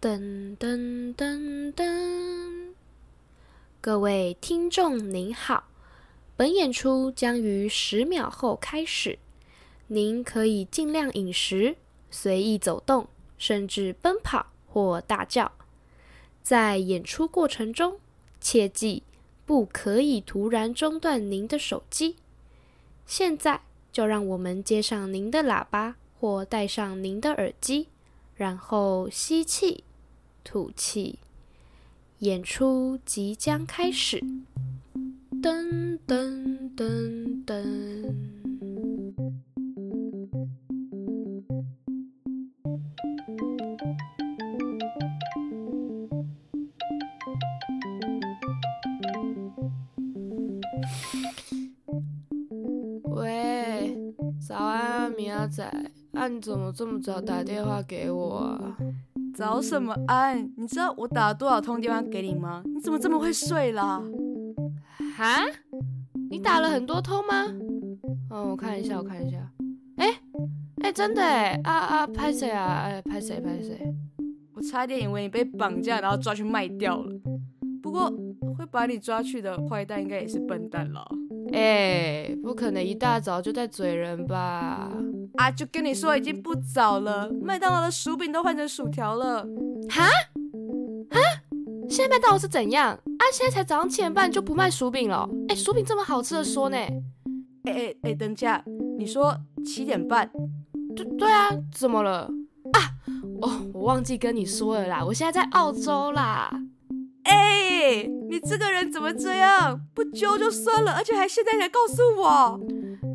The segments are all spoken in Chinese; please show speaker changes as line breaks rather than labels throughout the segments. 噔噔噔噔！各位听众您好，本演出将于十秒后开始，您可以尽量饮食、随意走动，甚至奔跑或大叫。在演出过程中，切记不可以突然中断您的手机。现在就让我们接上您的喇叭或戴上您的耳机，然后吸气。吐气。演出即将开始。噔噔噔噔。
喂，早安啊，米阿仔，啊你怎么这么早打电话给我啊？
早什么安？你知道我打了多少通电话给你吗？你怎么这么会睡啦？
哈？你打了很多通吗？哦，我看一下，我看一下。哎、哎、真的哎，啊啊，拍谁啊？哎，拍谁拍谁？
我差点以为你被绑架，然后抓去卖掉了。不过会把你抓去的坏蛋应该也是笨蛋了。
哎、不可能一大早就在嘴人吧？
啊，就跟你说已经不早了，麦当劳的薯饼都换成薯条了。
哈？哈？现在麦当劳是怎样？啊，现在才早上七点半就不卖薯饼了哦？哎、薯饼这么好吃的说呢？
哎哎哎，等一下，你说七点半？
对对啊，怎么了啊？哦，我忘记跟你说了啦，我现在在澳洲啦。
哎、你这个人怎么这样？不揪就算了，而且还现在才告诉我。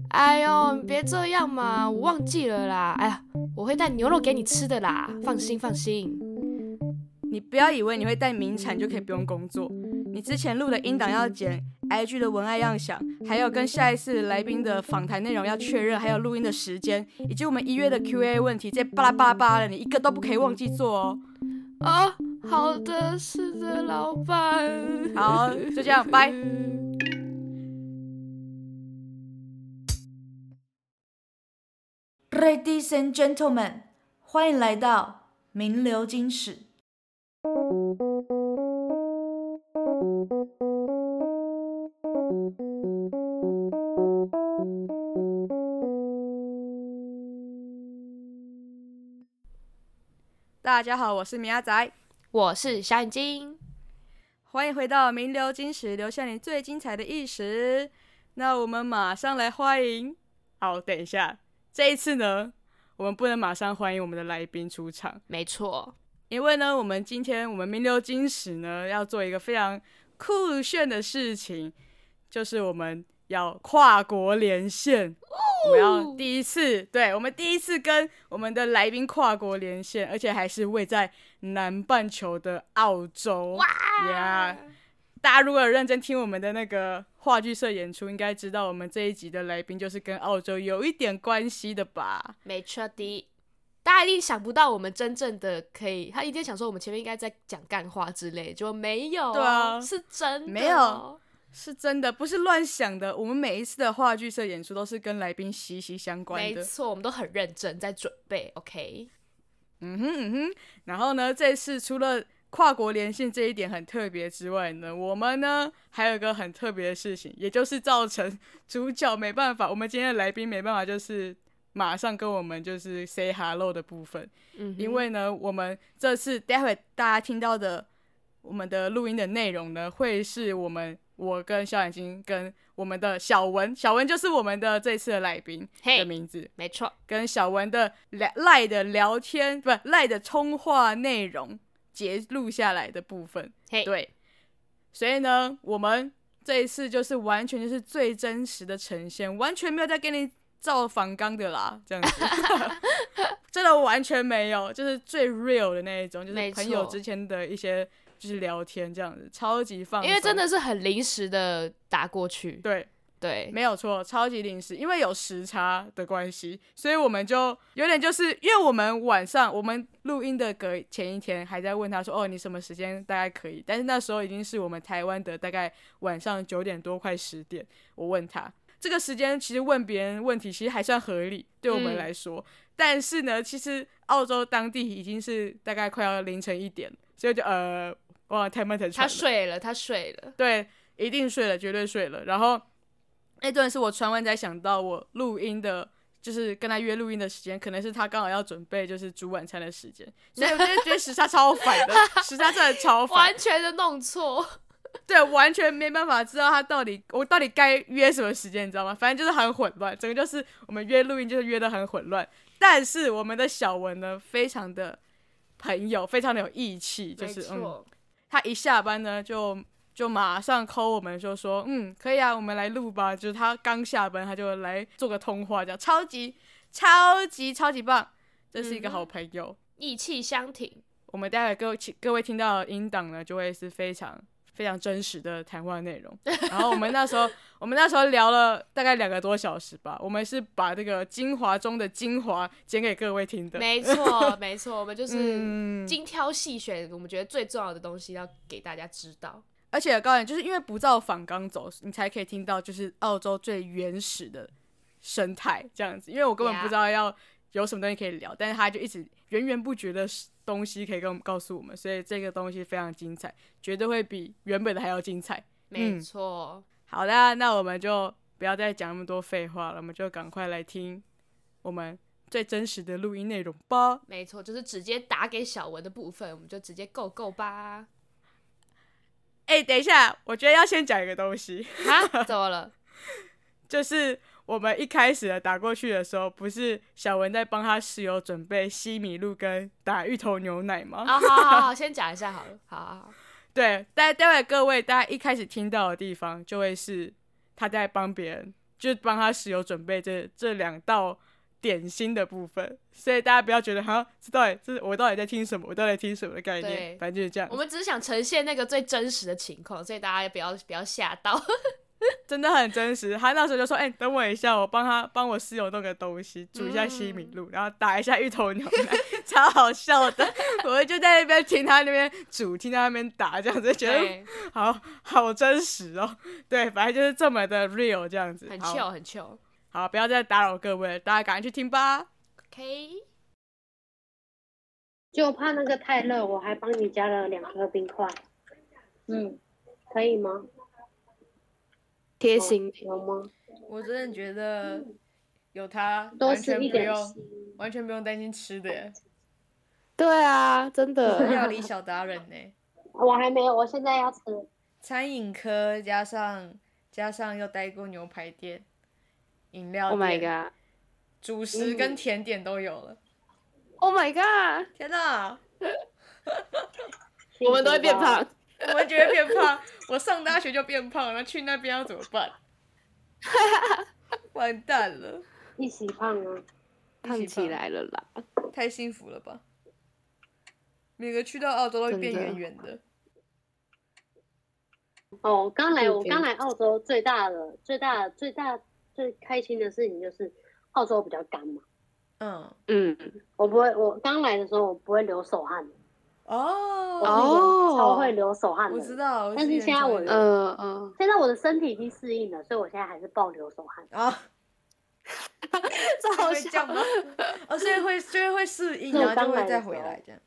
哎呦，你别这样嘛，我忘记了啦。哎呀，我会带牛肉给你吃的啦，放心放心。
你不要以为你会带名产就可以不用工作，你之前录的音档要剪，IG 的文案要想，还有跟下一次来宾的访谈内容要确认，还有录音的时间，以及我们一月的 Q&A 问题，这巴拉巴拉巴拉的，你一个都不可以忘记做哦。
哦，好的，是的，老板。
好，就这样，拜。Ladies and gentlemen，欢迎来到名流金史。大家好，我是米阿仔，
我是小眼睛。
欢迎回到名流金史，留下你最精彩的一时。那我们马上来欢迎。好，等一下，这一次呢，我们不能马上欢迎我们的来宾出场，
没错，
因为呢，我们今天我们名流金史呢要做一个非常酷炫的事情，就是我们要跨国连线。我们要第一次，对我们第一次跟我们的来宾跨国连线，而且还是位在南半球的澳洲。呀大家如果有认真听我们的那个话剧社演出，应该知道我们这一集的来宾就是跟澳洲有一点关系的吧？
没错的。大家一定想不到我们真正的可以，他一定想说我们前面应该在讲干话之类，就没有哦，
对啊
是真的哦，
没有是真的，不是乱想的。我们每一次的话剧社演出都是跟来宾息息相关
没
的。
错，我们都很认真在准备。OK，
嗯哼嗯哼。然后呢，这次除了跨国连线这一点很特别之外呢，我们呢还有一个很特别的事情，也就是造成主角没办法，我们今天的来宾没办法，就是马上跟我们就是 say hello 的部分。
嗯哼，
因为呢，我们这次待会大家听到的我们的录音的内容呢，会是我们我跟小眼睛跟我们的小文，小文就是我们的这次的来宾
嘿
的名字，
没错，
跟小文的聊赖的聊天不赖的通话内容截录下来的部分。
嘿，
对，所以呢，我们这一次就是完全就是最真实的呈现，完全没有在给你造反纲的啦，这 样子，真的完全没有，就是最 real 的那一种，就
没
是朋友
错
之间的一些就是聊天这样子，超级放松，
因为真的是很临时的打过去，
对。
对，
没有错，超级临时，因为有时差的关系，所以我们就有点就是，因为我们晚上我们录音的隔前一天还在问他说，哦，你什么时间大概可以？但是那时候已经是我们台湾的大概晚上九点多快十点，我问他这个时间其实问别人问题其实还算合理，对我
嗯
们来说，但是呢，其实澳洲当地已经是大概快要凌晨一点，所以就呃，哇，太慢才
他
传了。
睡了，他睡了。
对，一定睡了，绝对睡了。然后那段是我传完才想到，我录音的，就是跟他约录音的时间，可能是他刚好要准备就是煮晚餐的时间，所以我就觉得时差超烦的，时差真的超烦，
完全的弄错，
对，完全没办法知道他到底我到底该约什么时间，你知道吗？反正就是很混乱，整个就是我们约录音就是约的很混乱。但是我们的小文呢，非常的朋友，非常的有义气， 就是嗯，他一下班呢就就马上 call 我们，就说嗯可以啊，我们来录吧。就是他刚下班，他就来做个通话，这样超级超级超级棒，这是一个
嗯哼
好朋友。
意气相挺。
我们待会各位听各位听到的音档呢，就会是非常非常真实的谈话内容。然后我们那时候我们那时候聊了大概两个多小时吧，我们是把这个精华中的精华剪给各位听的。
没 错，没错，我们就是
嗯，
精挑细选，我们觉得最重要的东西要给大家知道。
而且高点就是因为不照反纲走，你才可以听到就是澳洲最原始的生态这样子。因为我根本
Yeah
不知道要有什么东西可以聊，但是他就一直源源不绝的东西可以跟我们告诉我们，所以这个东西非常精彩，绝对会比原本的还要精彩。
没错，
好啦，那我们就不要再讲那么多废话了，我们就赶快来听我们最真实的录音内容吧。
没错，就是直接打给小文的部分，我们就直接 go go 吧。
哎、等一下，我觉得要先讲一个东西。
啊，怎么 了？
就是我们一开始的打过去的时候，不是小文在帮他室友准备西米露跟打芋头牛奶吗？
啊，好好好，先讲一下好了，好好好，
对，待待会各位大家一开始听到的地方，就会是他在帮别人，就是帮他室友准备这这两道点心的部分，所以大家不要觉得哈，这到底这是我到底在听什么，我到底在听什么的概念
对，
反正就是这样
我。们只是想呈现那个最真实的情况，所以大家也不要不要吓到。
真的很真实。他那时候就说：“哎、等我一下，我帮他帮我室友弄个东西，煮一下西米
嗯
露，然后打一下芋头牛奶， 超好笑的。” 我就在那边听他那边煮，听他那边打，这样子就觉得 嗯
对，
好好真实哦。对，反正就是这么的 real 这样子。
很
好
chill，很 chill。
好，不要再打扰各位了，大家赶快去听吧。
OK，
就怕那个太热，我还帮你加了两颗冰块。嗯，可以吗？
贴
哦有吗？
我真的觉得有他
都是一点心。
完全不用担心吃的耶，
对啊，真的。
料理小达人欸呢。
我还没有，我现在要吃。
餐饮科加上加上又待过牛排店、饮料
Oh
店、
my god!
主食
嗯
跟甜点都有了。
Oh my god!
天哪，
我们都会变胖。
我们觉得变胖， 我上大学就变胖了，去那边要怎么 办？完蛋了，
一起胖啊！
胖起来了啦！
太幸福了吧！每个去到澳洲都会变
真的
圆圆的，
哦，刚来
肚
我
皮
刚来澳洲最大的最大最大最开心的事情就是澳洲比较干嘛，
嗯，
嗯，
我不会，我刚来的时候我不会流手汗，我是
哦，
一个
哦
超会流手汗的
我
人。
知道，我
但是
之前
现在我
常有
呃呃，
现在我的身体已经适应了，所以我现在还是暴流手汗。
啊，
这好
会这样
笑
吗？哦，所以会，所以会适应，
就
然后
刚
就
来
会
的
再
时
回
候
来这样。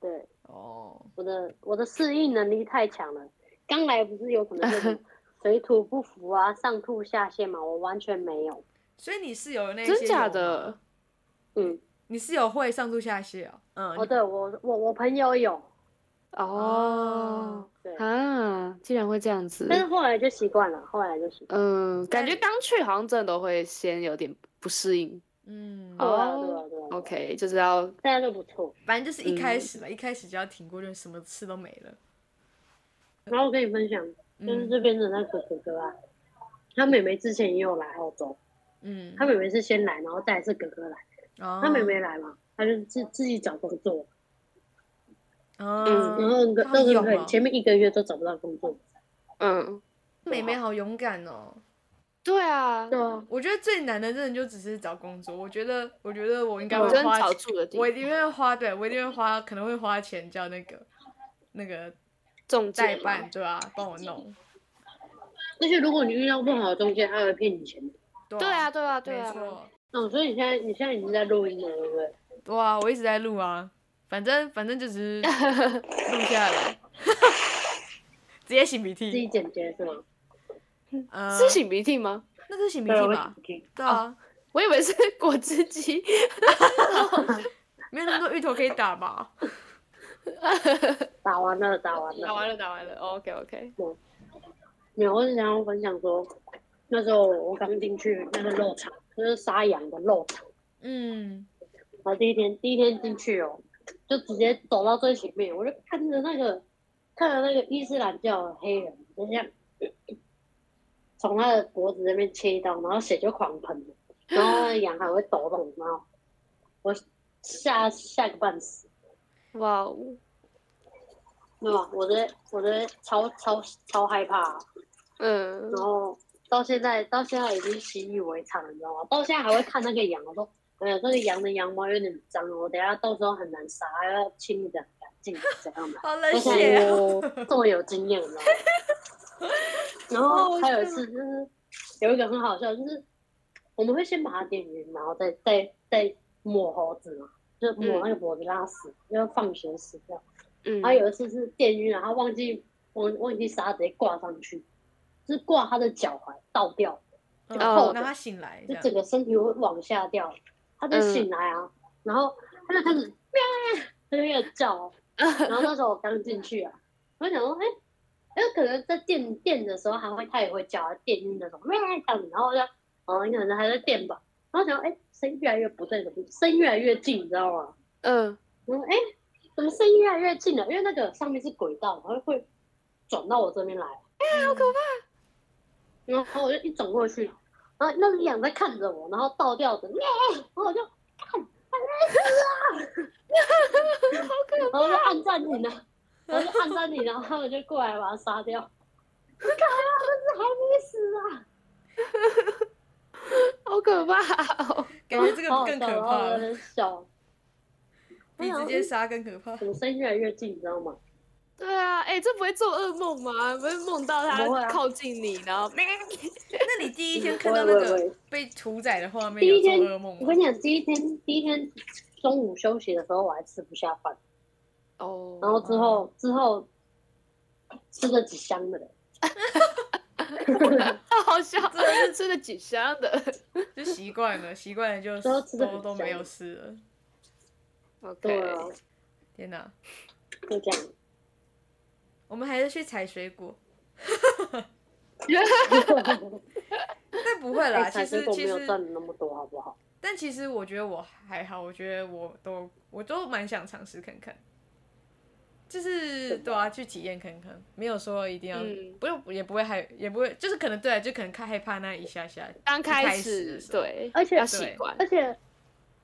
对，
哦，
我的我的适应能力太强了。刚来不是有可能那 种水土不服啊，上吐下泻嘛，我完全没有。
所以你是有那些
真假
有吗？
的？
嗯，
你是有会上吐下泻哦。嗯，
哦，对我我我朋友有，
哦
对，
嗯
啊，竟然会这样子
但。是后来就习惯了，后来就习惯。
嗯，感觉刚去好像真的都会先有点不适应。
嗯，
对啊
哦
对啊对啊。对啊
OK，就是要
现在就不错。
反正就是一开
嗯
始嘛，一开始只要挺过，就什么事都没了。
然后我跟你分享，就是
嗯
这边的那个哥哥啊，他妹妹之前也有来澳洲，
嗯
他，妹妹是先来，然后再来是哥哥来，
他
他妹妹来嘛，他就自自己找工作，然
嗯，
后哥
他
哥
有
哥
吗
哥前面一个月都找不到工作。
嗯，
妹妹好勇敢哦。
对啊，
对啊，
我觉得最难的真的就只是找工作。我觉得，我觉得我应该
嗯
会
我真
花
找
钱，
住的地
我一
方，
定会花，对我一定会花，可能会花钱叫那个那个
中
代
介嘛
办，对吧、帮我弄。
而且如果你遇到不好的中介，他会骗你钱。
对
对啊，对啊，对
没
啊，
错，
嗯，所以你现在你现在已经在录音了，对不对？
对啊，我一直在录啊，反正反正就 只是录下来，直接擤鼻
自己
涕。
剪接是吗？
呃，
是擤鼻涕吗？
那个是擤鼻
对，
涕
我
吧
会？听。
对啊，
我以为是果汁机。
没有那么多芋头可以打吧？
打完了，打完了，
打完了，打完了。OK OK。
没有，我只想要分享说，那时候我刚进去那个肉场，就是杀羊的肉场，
嗯，
然后第一天第一天进去哦，就直接走到最前面，我就看着那个看着那个伊斯兰教的黑人，就这样从他的脖子那边切一刀，然后血就狂喷，然后那个羊还会抖动，然后我吓吓个半死，
哇哦。
对吧？我的我的超超超害怕啊、
嗯
然后到现在到现在已经习以为常了，你知道吗？到现在还会看那个羊，我说，哎呀，这个羊的羊毛有点脏哦，我等一下到时候很难杀，要清理的很干净，怎样的？
好冷
我想
血哦。
我这么有经验，你 知道吗？然
哦
后还有一次就是有一个很好笑，就是我们会先把它点晕，然后再再再抹猴子嘛，就
嗯
抹那个脖子让它死，因为放血死掉。
嗯
然后有一次是电晕，然后忘记忘忘记杀，直接挂上去，就是挂他的脚踝倒掉，
嗯
哦
让他醒来，这
就
样嗯
整个身体会往下掉。他就醒来啊，然后他就开始喵，他就开 始叫。哦然后那时候我刚进去啊，我想说，哎、有可能在电电的时候还会，他也会叫啊，电晕的时候喵这样子，然后我就哦，可能还在电吧。然后想说，哎、声越来越不对，怎么声越来越近，你知道吗？
嗯
我说哎、怎么声音越来越近了？因为那个上面是轨道，然后会转到我这边来。
好可怕。
然后我就一转过去，然后那只羊在看着我，然后倒吊着，耶！然后我就看，它在死啊！好可怕！然后就按暂停了，然后就按暂停，然后他们就过来把它杀掉。我靠，那只还没死啊！
好可怕 哦！
感觉这个
好好
更
笑
可
然后
怕
我
了，
很小，
比直接杀更可怕。
怎么声音越来越近，你知道吗？
对啊，哎、这不会做噩梦吗？不会梦到
不会啊
他靠近你，然后
那你第一天看到
我
那
也我也
个
我也
被屠宰的画面，
第
有
一
做
天
噩梦
我
吗
跟？你讲，第一天第一天中午休息的时候，我还吃不下饭，
哦，
然后之
啊
后之后吃了几箱的嘞，
好笑，吃了几箱的。
就习惯了，习惯了就
都吃得
都
很
都没
香
有事了。
对
OK，
啊，
天哪，
就这样。
我们还是去采水果。但不会啦，
哎
其
才
实
水果
其
没有
实，
赚的那么多，好不好？
但其实我觉得我还好，我觉得我都我都蛮想尝试看看，就是对啊，去体验看看，没有说一定要，
嗯
不用也不会害，也不会，就是可能对啊，就可能看害怕那一下下，
刚
开
开
始的
始
时候
对，
而且
哎要习
对
惯。
而且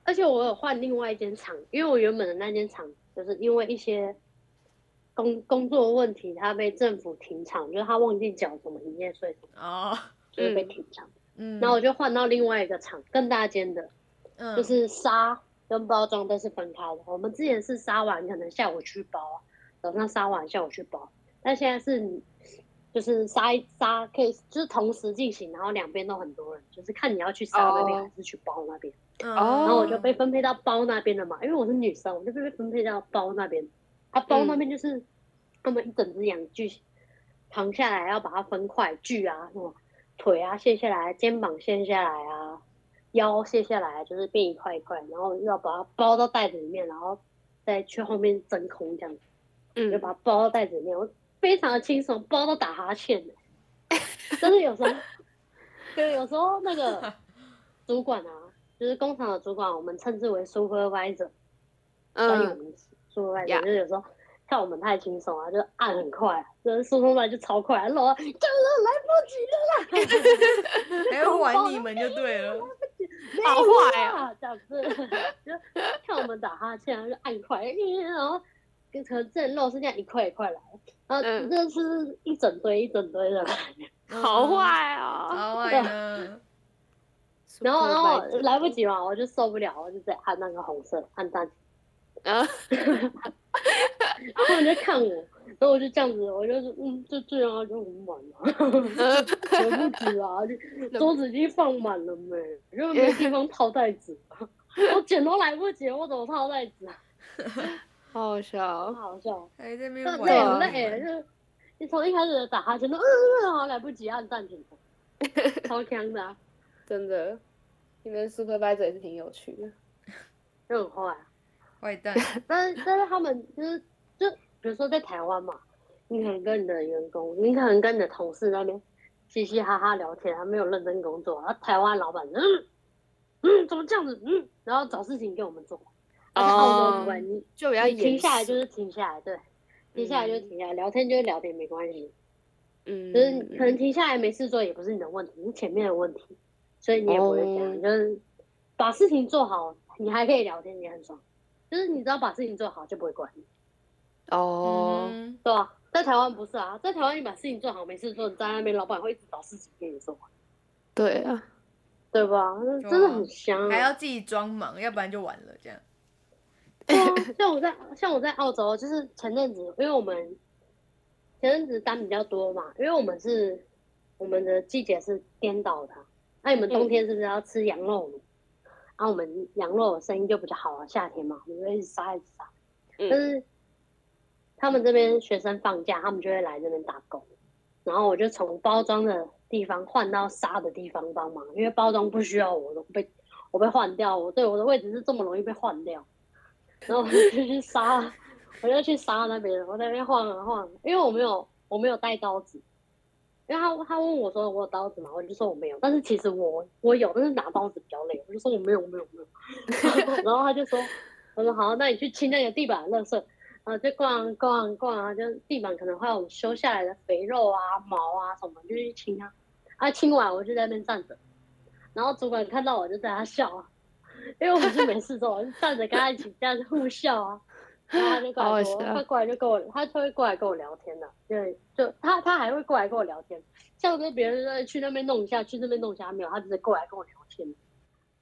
而且我有换另外一间厂，因为我原本的那间厂就是因为一些工工作问题，他被政府停厂，就是他忘记缴什么营业税，
哦，
就是被
嗯
停厂。
嗯，
然后我就换到另外一个厂，更大间的，
嗯
就是杀跟包装都是分开的。我们之前是杀完可能下午去包啊，早上杀完下午去包，但现在是你就是杀一杀可以就是同时进行，然后两边都很多人，就是看你要去杀那边
哦
还是去包那边。
嗯
然
哦然后我
哦
就被分配到包那边了嘛，因为我是女生，我就被分配到包那边。啊，包那边就是他们一整只羊锯扛下来，要把它分块锯啊，什么腿啊卸下来，肩膀卸下来啊，腰卸下来，就是变一块一块，然后要把它包到袋子里面，然后再去后面真空这样子，
嗯
就把它包到袋子里面，我非常的轻松，包到打哈欠的，但是有时候，对，有时候那个主管啊，就是工厂的主管，我们称之为 supervisor，专有
嗯，
名词 supervisor，
呀
就是有时候看我们太轻松啊，就是按很快，就是速度慢就超快，然后我就是来不及了啦，
还要玩你们就对了，
好坏啊！
啊，这样子，就看我们打哈欠，啊然后就按快，然后跟可能这肉是这样一块一块来，然后
嗯
这是一整堆一整堆的来。
好
嗯
坏啊！
好坏呢，
然 后然后我来不及嘛，我就受不了，我就直接按那个红色按暂停，
啊，
然后你就看我，然后我就这样子，我就是嗯，就这样啊，就很满啊，全部纸啊， 就桌子已经放满了没，因为没地方套袋子，我捡都来不及，我怎么套袋子啊？
好好笑
很
哦。
好笑，
还在那边
但
玩
累
啊
很累，哎就是你从一开始打哈欠都嗯嗯，好来不及按暂停， 超强的、啊，
真的，你们 supervisor 也是挺有趣的。
就很坏啊、
坏 蛋，
但是但是他们就是就比如说在台湾嘛，你可能跟你的员工，你可能跟你的同事那边嘻嘻哈哈聊天，还没有认真工作。然后台湾老板嗯嗯怎么这样子嗯，然后找事情给我们做。
哦
啊而且澳洲不管你
就比较
你停
严
下来
肃，
就是停下来，对，停下来就
嗯
停下来，聊天就是聊天，没关系。
嗯，
就是可能停下来没事做也不是你的问题，是前面的问题，所以你也不会这样，
哦
就是把事情做好，你还可以聊天，也很爽。就是你只要把事情做好，就不会管你。
哦，
嗯
对啊，在台湾不是啊，在台湾你把事情做好，没事做，你在那边老板会一直找事情给你做，
对啊，
对吧？那
对啊
真的很香、
还要
啊。
自己装忙，要不然就完了这样。
对啊，像我在像我在澳洲，就是前阵子，因为我们前阵子单比较多嘛，因为我们是我们的季节是颠倒的啊，那、你们冬天是不是要吃羊肉炉？然后、我们羊肉的生意就比较好啊，夏天嘛，我们就一直杀一直杀。
嗯
但是他们这边学生放假，他们就会来这边打工，然后我就从包装的地方换到杀的地方帮忙，因为包装不需要我，我都被我被换掉，我对我的位置是这么容易被换掉，然后我就去杀，我就去杀那边，我在那边晃啊晃，因为我没有我没有带刀子。因为他他问我说我有刀子吗？我就说我没有，但是其实我我有，但是拿刀子比较累，我就说我没有我没有我没有。 然后他就说，嗯我说好，那你去清那个地板的垃圾，然后就逛逛逛啊，就地板可能会有我们修下来的肥肉啊、毛啊什么，就去清啊。啊，清完我就在那边站着，然后主管看到我就在那笑啊，因为我是没事做，我就站着跟他一起这样子互笑啊。然后他就过
好
来
好
跟我，
笑
他过来就跟我，他就会过来跟我聊天的、对，就他他还会过来跟我聊天，像跟别人在去那边弄一下，去那边弄一下，他没有，他只是过来跟我聊天。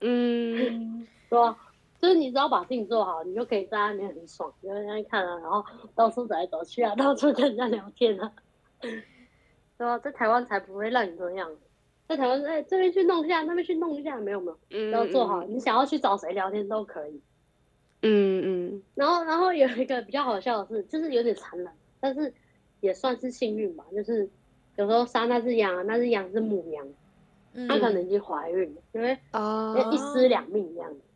嗯，
对啊，就是你只要把事情做好，你就可以在那边很爽，就在那边看啊，然后到处走来走去啊， 到处跟人家聊天啊。对啊，在台湾才不会让你这样。在台湾，哎、这边去弄一下，那边去弄一下，没有没有，只
嗯
要做好，，你想要去找谁聊天都可以。
嗯嗯
然后，然后有一个比较好笑的是，就是有点残忍，但是也算是幸运吧。就是有时候杀那只羊啊，那只羊是母羊，
嗯
它可能已经怀孕了，因为
啊
一尸两命这样子。哎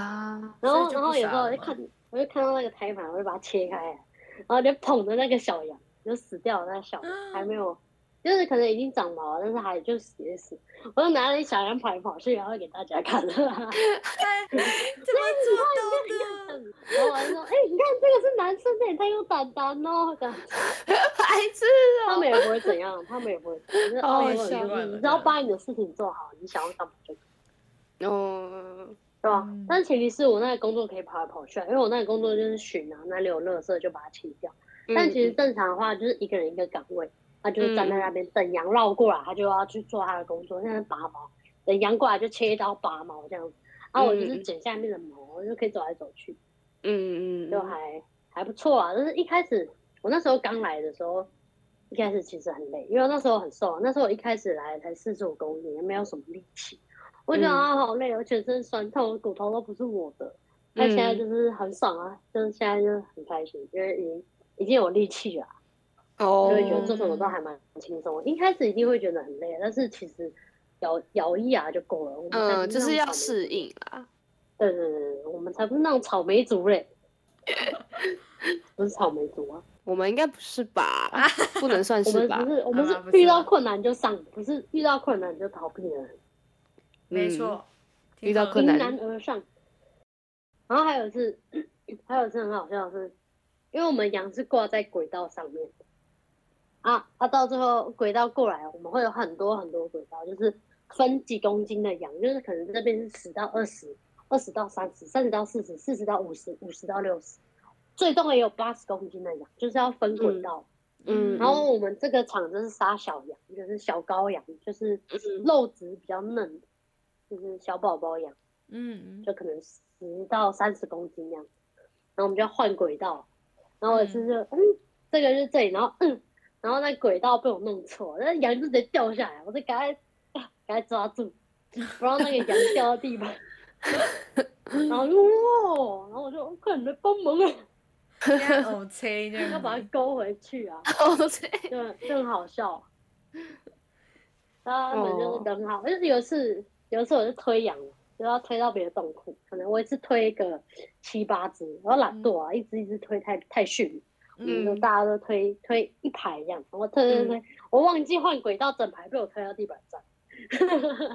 啊，
然
所以
后
就
然
不
后有
杀
时候
了
我就
吗
看，我就看到那个胎盘，我就把它切开，啊然后就捧着那个小羊，就死掉了那个小羊还没有，就是可能已经长毛了，但是还就死也死。我就拿了一小羊跑来跑去，然后给大家看，然后
哎怎么
嗯
做到的？
我还说，哎、你看这个是男生的，也太有胆胆哦。这样
白痴
啊
他们也不会怎样，他们也不会怎样，就是
哦
哦，
也
就是
习
惯了
你只要把你的事情做好，你想要干嘛就干嘛
哦，
对吧
嗯？
但是前提是我那个工作可以跑来跑去啊，因为我那个工作就是巡啊，哪里有垃圾就把它清掉。
嗯
但其实正常的话，就是一个人一个岗位，他就是站在那边等羊绕过
嗯
来，他就要去做他的工作，现在拔毛，等羊过来就切一刀拔毛这样子。然后我就是
嗯
剪下面的毛，我就可以走来走去，
嗯嗯，
就还还不错啊。但是一开始我那时候刚来的时候，一开始其实很累，因为我那时候很瘦啊，那时候我一开始来才四十五公斤，也没有什么力气，我觉得
嗯
啊好累，我全身酸痛，骨头都不是我的。但现
嗯
在就是很爽啊，就是现在就是很开心，因为已经已经有力气了啊。
哦
就，会觉得做什么都还蛮轻松。一开始一定会觉得很累，但是其实摇摇一摇就够了。我们才不
嗯，就是
那种
要
草莓
适应啦，
对对对对，我们才不是那种草莓族嘞，不是草莓族啊，
我们应该不是吧？ 不能算
我
是
们
吧？
不是我们
好啦不
是
是
遇到
啊
困难就上，不是遇到困难就逃避了，
没错，挺
遇到
好
困
迎
难
难而上。然后还有一次，还有一次很好笑的是，因为我们羊是挂在轨道上面的啊啊，到最后轨道过来，我们会有很多很多轨道，就是分几公斤的羊，就是可能这边是十到二十，二十到三十，三十到四十，四十到五十，五十到六十，最重也有八十公斤的羊，就是要分轨道。
嗯，
然后我们这个厂就是杀小羊，就是小羔羊，就是
嗯
肉质比较嫩，就是小宝宝羊。
嗯，嗯
就可能十到三十公斤这样，然后我们就要换轨道，然后我就是嗯这个就是这里，然后嗯，然后那轨道被我弄错，那羊就直接掉下来，我就赶快啊赶快抓住，不让那个羊掉到地 板。然后我就哇，然后我就哦快点来帮忙啊，
哦，催这
要
样
把它
子，
勾回去啊。
哦，对，
对，就很好笑。他们就是很好，就是有一次，有一次我是推羊，就要推到别的洞窟，可能我一次推个七八只，然后懒惰啊，一只一只推太太逊，嗯，就大家都推推一排这样，我推推推，我忘记换轨道，整排被我推到地板上。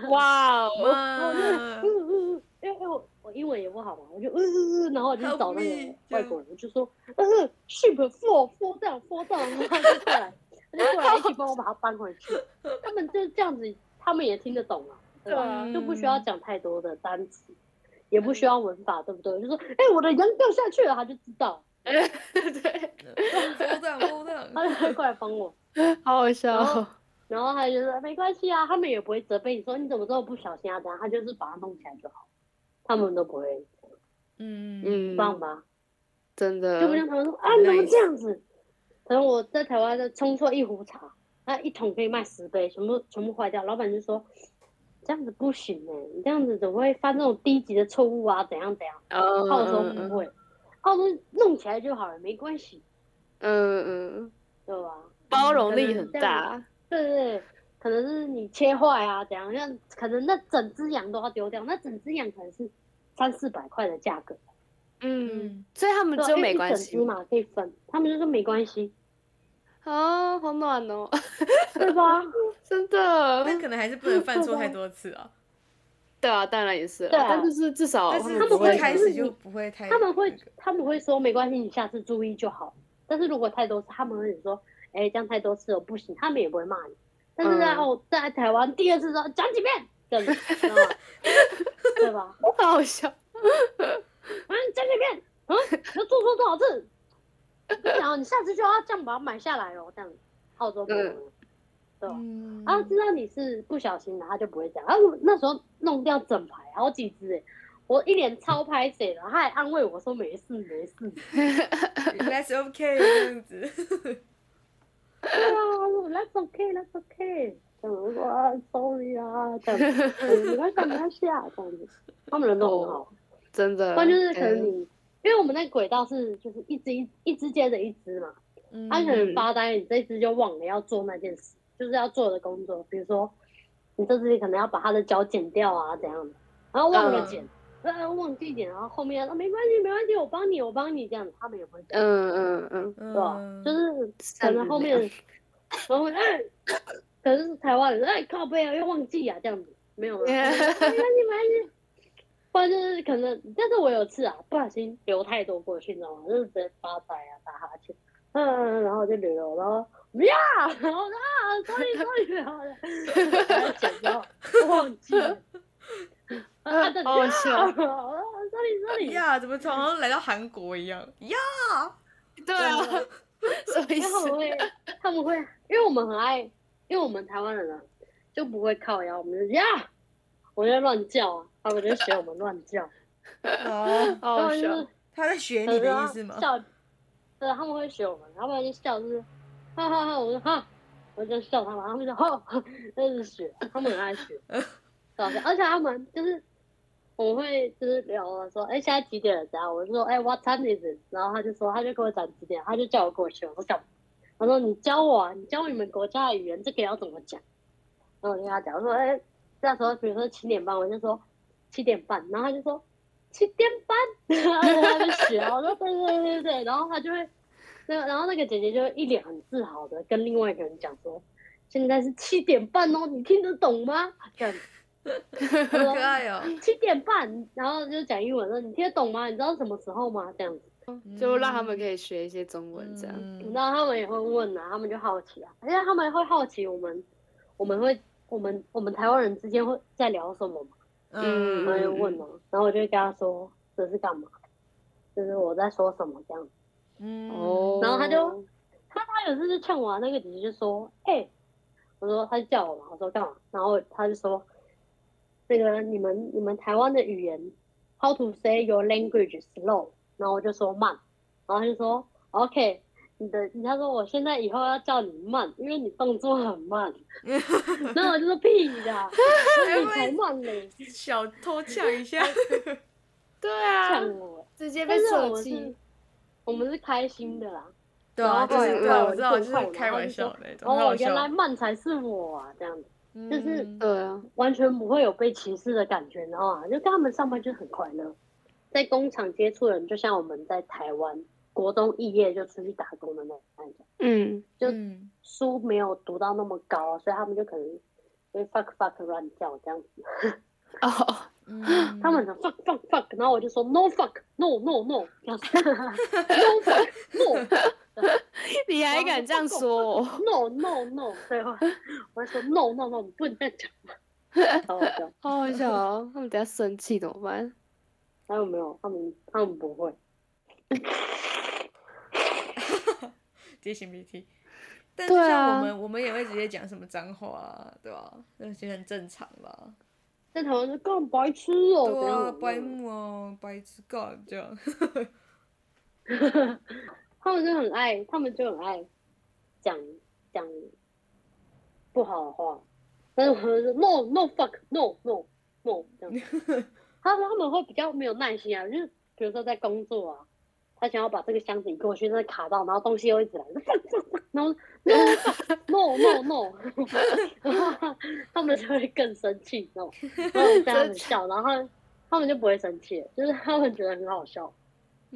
哇哦，
哇，
嗯嗯，因为因为我我英文也不好嘛，我就嗯嗯嗯，然后我就去找那
Help
个
me，
外国人，我就说嗯嗯，ship four four down four down，然后他就过来，他就过来一起帮我把它搬回去。他们就这样子，他们也听得懂啊，嗯对吧？就不需要讲太多的单词，也不需要文法，对不对？就说哎，我的羊掉下去了，他就知道，
对，
波荡波荡，
他就会过来帮我。
好好笑
然
哦
后，然后他就说没关系啊，他们也不会责备你说你怎么这么不小心啊，怎样？他就是把它弄起来就好，他们都不会，
嗯，
嗯，
棒吧？
真的
就，不像他们说啊，你怎么
Nice
这样子？可能我在台湾的冲错一壶茶，那一桶可以卖十杯，全部全部坏掉。老板就说这样子不行哎、你这样子怎么会犯这种低级的错误啊？怎样怎样？
哦
澳洲
嗯
不会，澳洲弄起来就好了，没关系，
嗯嗯，
对吧？
包容力很
可能这样
大，
对对对，可能是你切坏啊，怎样？像可能那整只羊都要丢掉，那整只羊可能是三四百块的价格，
嗯，所以他们
对啊
就
因为
没
一
关
整
系
只嘛，可以分。他们就说没关系，
哦，好暖哦，
对吧？
真的，
但可能还是不能犯错太多次啊，
对啊，当然也是啊，
对啊
但就是至少
但是
们
他
不
们
一
会
会
开始就不会太，
他们会他们会说没关系，你下次注意就好。但是如果太多次，他们会说，哎、这样太多次了不行，他们也不会骂你。但是在
嗯
哦，在台湾第二次说讲几遍，这样子，你知道吗对吧？
好好笑，
嗯，讲几遍，嗯，你都做错多少次？然后你下次就要这样把它买下来哦，这样子。澳洲不用了，对吧？
嗯
啊，知道你是不小心的，他就不会这样。啊，我那时候弄掉整排好几只、欸，我一脸超拍谁的，他还安慰我说没事没事。
，That's okay 这 样子，
对啊，我 that's okay, that's okay。嗯，我说啊，sorry 啊，这样 子，嗯没关系啊，没关系啊，这样子，他们人都很好。
真的，
不然就是可能
哦嗯
你，因为我们那轨道是就是一只一一只接着一只嘛，
嗯
他、可能发呆，你这只就忘了要做那件事，就是要做的工作，比如说你这只可能要把它的脚剪掉啊，怎样的，然后忘了
嗯
剪，呃，忘记剪，然后后面、啊、没关系，没关系，我帮你，我帮你，这样子，他们也不会这样。
嗯嗯嗯，
对啊吧？就
嗯，
是可
善
能
良
后面，然后 哎，可是台湾人哎靠背啊，又忘记啊这样子，没有了，没关系没关系。或者就是可能，但是我有次啊，不小心流太多过去，你知道吗？就是直接发呆啊，打哈欠，嗯嗯，嗯然后就流，然后呀，然后啊，sorry sorry，然后 然后剪掉，忘记了，啊，对
好好笑
啊，sorry sorry，
呀，怎么好像来到韩国 一样？呀，
对啊， 什么意
因为他
思？
们会，他们会，因为我们很爱，因为我们台湾人啊，就不会靠腰，我们就呀，我在乱叫啊，他们就学我们乱叫，
哦，
好
他
好
们就
笑，
是
他在学
可
你
能
的
要
意 思吗？
笑，对，他们会学我们，他们就笑就是，哈哈哈，我说哈，我就笑他们，他们就哈，那是学，他们很爱 学，
嗯
搞笑，而且他们就是。我会就是聊我说，哎、现在几点了？怎样？我就说，哎、w h a t time is it？然后他就说，他就跟我讲几点，他就叫我过去，我说讲他说：“你教我、啊，你教你们国家的语言，这个要怎么讲？”然后我就跟他讲，我说：“哎、那时候比如说七点半，我就说七点半，然后他就说七点半，然后他就学，我说对对对对对，然后他就会，那个然后那个姐姐就会一脸很自豪的跟另外一个人讲说：“现在是七点半哦，你听得懂吗？”这样子。啊
好可 爱哦，
七点半，然后就讲英文了。你听得懂吗？你知道什么时候吗？这样子，
就让他们可以学一些中文这样，
嗯
然后他们也会问啊，他们就好奇啊，而且他们会好奇我们，我们会，我们我们台湾人之间会在聊什么嘛，
嗯
他们就问哦、然后我就会跟他说这是干嘛，就是我在说什么这样。
嗯，
哦，
然后他就他他有一次就呛我、啊，那个姐姐就说，哎、我说他就叫我嘛，我说干嘛？然后他就说，那个你们你们台湾的语言，how to say your language slow，然后我就说慢，然后他就说哦 OK。你的，你他说我现在以后要叫你慢，因为你动作很 慢。然后我就说屁的，
还
你才
会
慢嘞，
小偷抢一下，
对啊，
呛我。
直接被
但是我
设
们
计
是，，我们是开心的啦。
对啊，就是对啊，
然后
我知道，就
更快
是开玩笑的那种，很
哦
好，
原来
笑。
慢才是我啊，这样子就是
嗯
对啊，
完全不会有被歧视的感觉，你知道吗？就跟他们上班就很快乐，在工厂接触人，就像我们在台湾国中肄业就出去打工的那那种。
嗯，
就
嗯
书没有读到那么高，啊所以他们就可能会 fuck fuck 乱叫这样子。
哦，
嗯
他们很 fuck fuck fuck，然后我就说 no fuck no no no，这样子 no fuck no
你还敢这样 说我？
no no no，对吧？我就说 no no no，你不能再讲了。好好笑，
好好笑哦！他们等下生气怎么办？
他们没有，他们他们不会。
提醒鼻涕。但是
对啊
像我们，我们也会直接讲什么脏话啊，对吧？那些很正常吧？
在台湾说干白痴哦、
对啊，
怎
白
样？
目哦，白痴干这样。
他们就很爱，他们就很爱讲讲不好的话，但是我们就说 no no fuck no no no 这样子。他们他们会比较没有耐心啊，就是比如说在工作啊，他想要把这个箱子移过去，但是卡到，然后东西又一直来，就 fuck fuck fuck，然后 no fuck no no no，然后他们就会更生气，你知道吗？然后我们在他们笑，然后他们他们就不会生气了，就是他们觉得很好笑。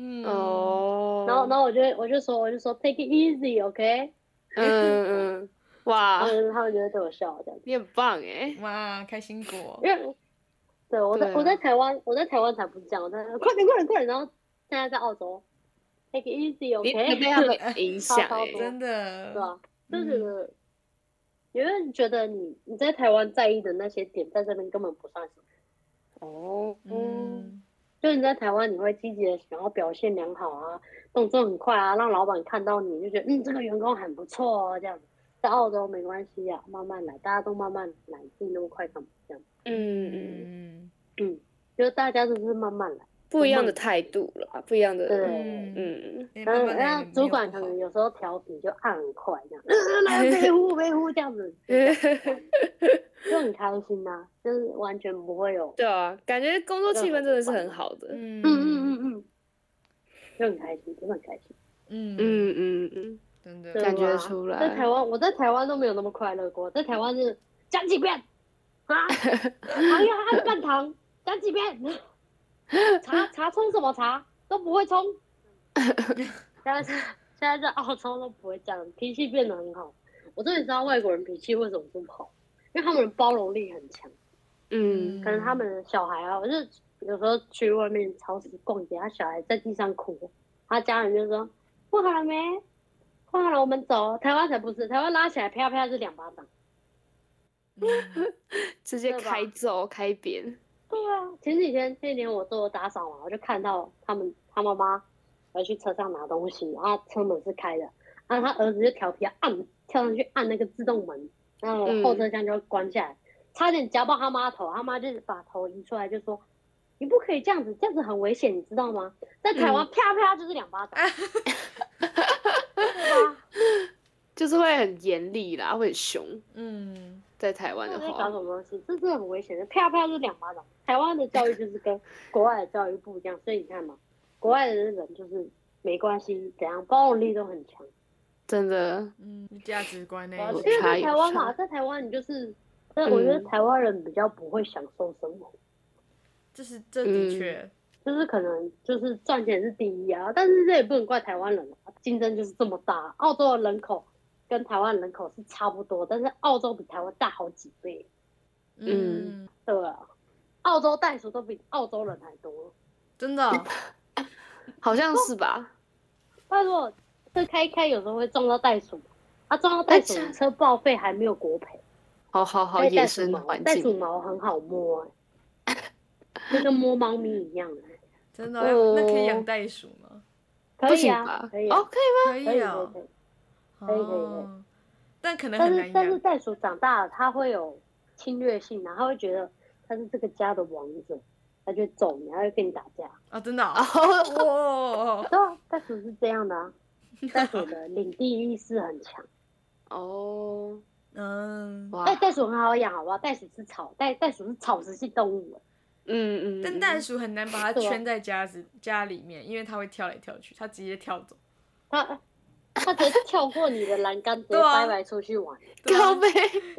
嗯，
哦，
然后，然后我就我就说，我就说 take it easy，OK、
嗯 嗯，哇
然，后他们就会对我笑这样子，
你很棒哎！
哇，开心果
因为我对我在
对啊
我在台湾，我在台湾才不是这样，我在快点快点快点，然后现在在澳洲，take it
你你被
easy，OK，、
他 们影响
超
哎，
多
真 的
对。啊吧？就觉
嗯
得，因为你觉得你你在台湾在意的那些点，在这边根本不算什么。
哦，嗯，
嗯，
就是你在台湾，你会积极的想要表现良好啊，动作很快啊，让老板看到你就觉得，嗯，这个员工很不错哦，这样子。在澳洲没关系啊，慢慢来，大家都慢慢来，自己那么快干嘛？这样，
嗯嗯，
嗯
嗯，就是大家都是慢慢来，
不一样的态度了，不一样
对
的，
嗯嗯，哎慢
嗯，
然后
慢来
那
没有
主管
不
可
好
能有时候调皮就按很快这样，呃来飞呼飞呼这样子，就很开心呐、啊，就是完全不会有，
对啊，感觉工作气氛真的是很好的，
嗯
嗯嗯嗯嗯，就很开心，真的很开心。
嗯嗯，
嗯嗯嗯，
真的
对
感觉
啊
出
在
来
台湾，我在台湾都没有那么快乐过，在台湾是讲几遍啊，哎呀，还半糖，讲几遍，茶茶冲什么茶都不会冲。现在是现在在澳洲都不会这样，脾气变得很好。我终于知道外国人脾气为什么这么好，因为他们的包容力很强。
嗯，
可能他们的小孩啊，我就有时候去外面超市逛街，他小孩在地上哭，他家人就说不好了没，不好了，我们走。台湾才不是，台湾拉起来啪啪就两巴掌。
嗯
直接
对吧
开揍开扁，
对啊，前几天前几天我做打扫嘛，我就看到他们他妈妈要去车上拿东西，然后车门是开的，然后他儿子就调皮地按跳上去按那个自动门，然后
嗯
后车厢就关下来，差点夹爆他妈头，他妈就是把头移出来就说。你不可以这样子，这样子很危险，你知道吗？在台湾啪啪就是两巴掌，对吧？
就是会很严厉啦，会很凶，
嗯
在台湾
到
的
底在搞
话
什，么东西？这真的很危险的，啪啪就两巴掌。台湾的教育就是跟国外的教育不一样，所以你看嘛，国外的人就是没关系，怎样包容力都很强。
真的，
嗯，价值观呢？
因
有
为
差
在
有
台湾嘛，
差
在台湾你就是，但我觉得
嗯
台湾人比较不会享受生活，
这是这的确，
就是可能就是赚钱是第一啊，但是这也不能怪台湾人啊，竞争就是这么大。澳洲的人口跟台湾人口是差不多，但是澳洲比台湾大好几倍，
嗯
嗯，
对啊，澳洲袋鼠都比澳洲人还多。
真的哦，
好像是吧？
拜托，车开一开有时候会撞到袋鼠，啊，撞到袋鼠
哎这
车报废还没有国赔，
好好好，
因为
野
袋鼠
生
毛
环
袋鼠
境，
毛很好摸、哎就跟摸猫咪一样、哎
真的哦，那可以养袋鼠吗？
不
可以
行
啊
吧，？
可以啊、
哦，可以哦
可
可以，可以，
啊，
可以。可以可以
哦但可能
但
很
是
难
但是
养。啊
袋鼠长大了，它会有侵略性、啊，然后会觉得它是这个家的王者，它就 走你，它就跟你打架。
啊，真的哦，
吗？
哇，
对啊，袋鼠是这样的啊，袋鼠的领地意识很强。
哦，
嗯，
哇
哎，，袋鼠很好养，好不好？袋鼠吃草，袋袋鼠是草食性动物，欸
嗯嗯，
但
嗯
袋鼠很难把它
对啊
圈在家子家里面，因为它会跳来跳去，它直接跳 走。
它它直接跳过你的栏杆，直接
对啊
拜拜出去玩，
对啊
高杯，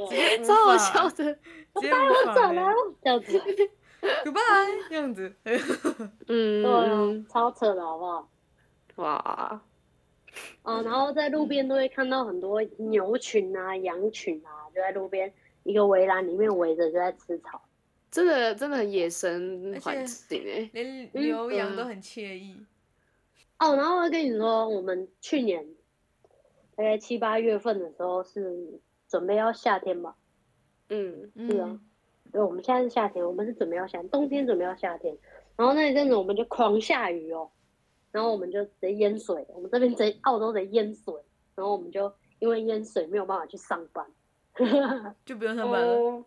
对，
超好笑的，
直接无法
走
欸
了 这样子，啊
，goodbye 这样子。
嗯
对
嗯，
啊，超扯的好不好？
哇，
啊，然后在路边都会看到很多牛群啊、羊群啊，就在路边一个围栏里面围着就在吃草。
真的真的很野生
而
环
且
境哎，
连
嗯
牛羊
对
都
啊
很惬意。
哦，然后我跟你说，我们去年大概七八月份的时候是准备要夏天吧？
嗯
嗯
是啊，对，我们现在是夏天，我们是准备要夏天，冬天准备要夏天。然后那一阵子我们就狂下雨哦，然后我们就直接淹水，我们这边直接澳洲的淹水，然后我们就因为淹水没有办法去上班。
就不用上班了。
哦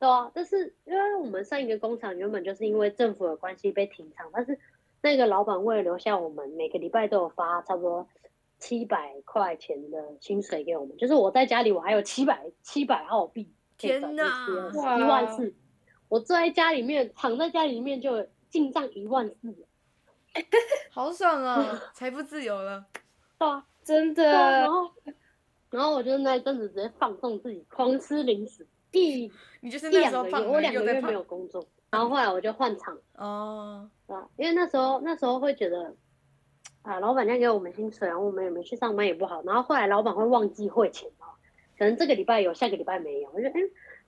对啊，但是因为我们上一个工厂原本就是因为政府的关系被停厂，但是那个老板为了留下我们，每个礼拜都有发差不多七百块钱的薪水给我们，就是我在家里我还有七百七百澳币，
天哪
一
哇
万四，我坐在家里面躺在家里面就有进账一万四，对
好 爽啊！财富自由了，
啊，
真
对啊，然
的，
后然后我就那一阵子直接放纵自己，狂吃零食，一一
你就是那
两
时
个
候
月，
胖
我
了
两
又
个
在
月没有
胖
工作，然后后来我就换厂。
哦，
啊，因为那时候那时候会觉得，啊，老板在给我们薪水，然后我们也没去上班也不好，然后后来老板会忘记汇钱哦，可能这个礼拜有，下个礼拜没有，我就哎、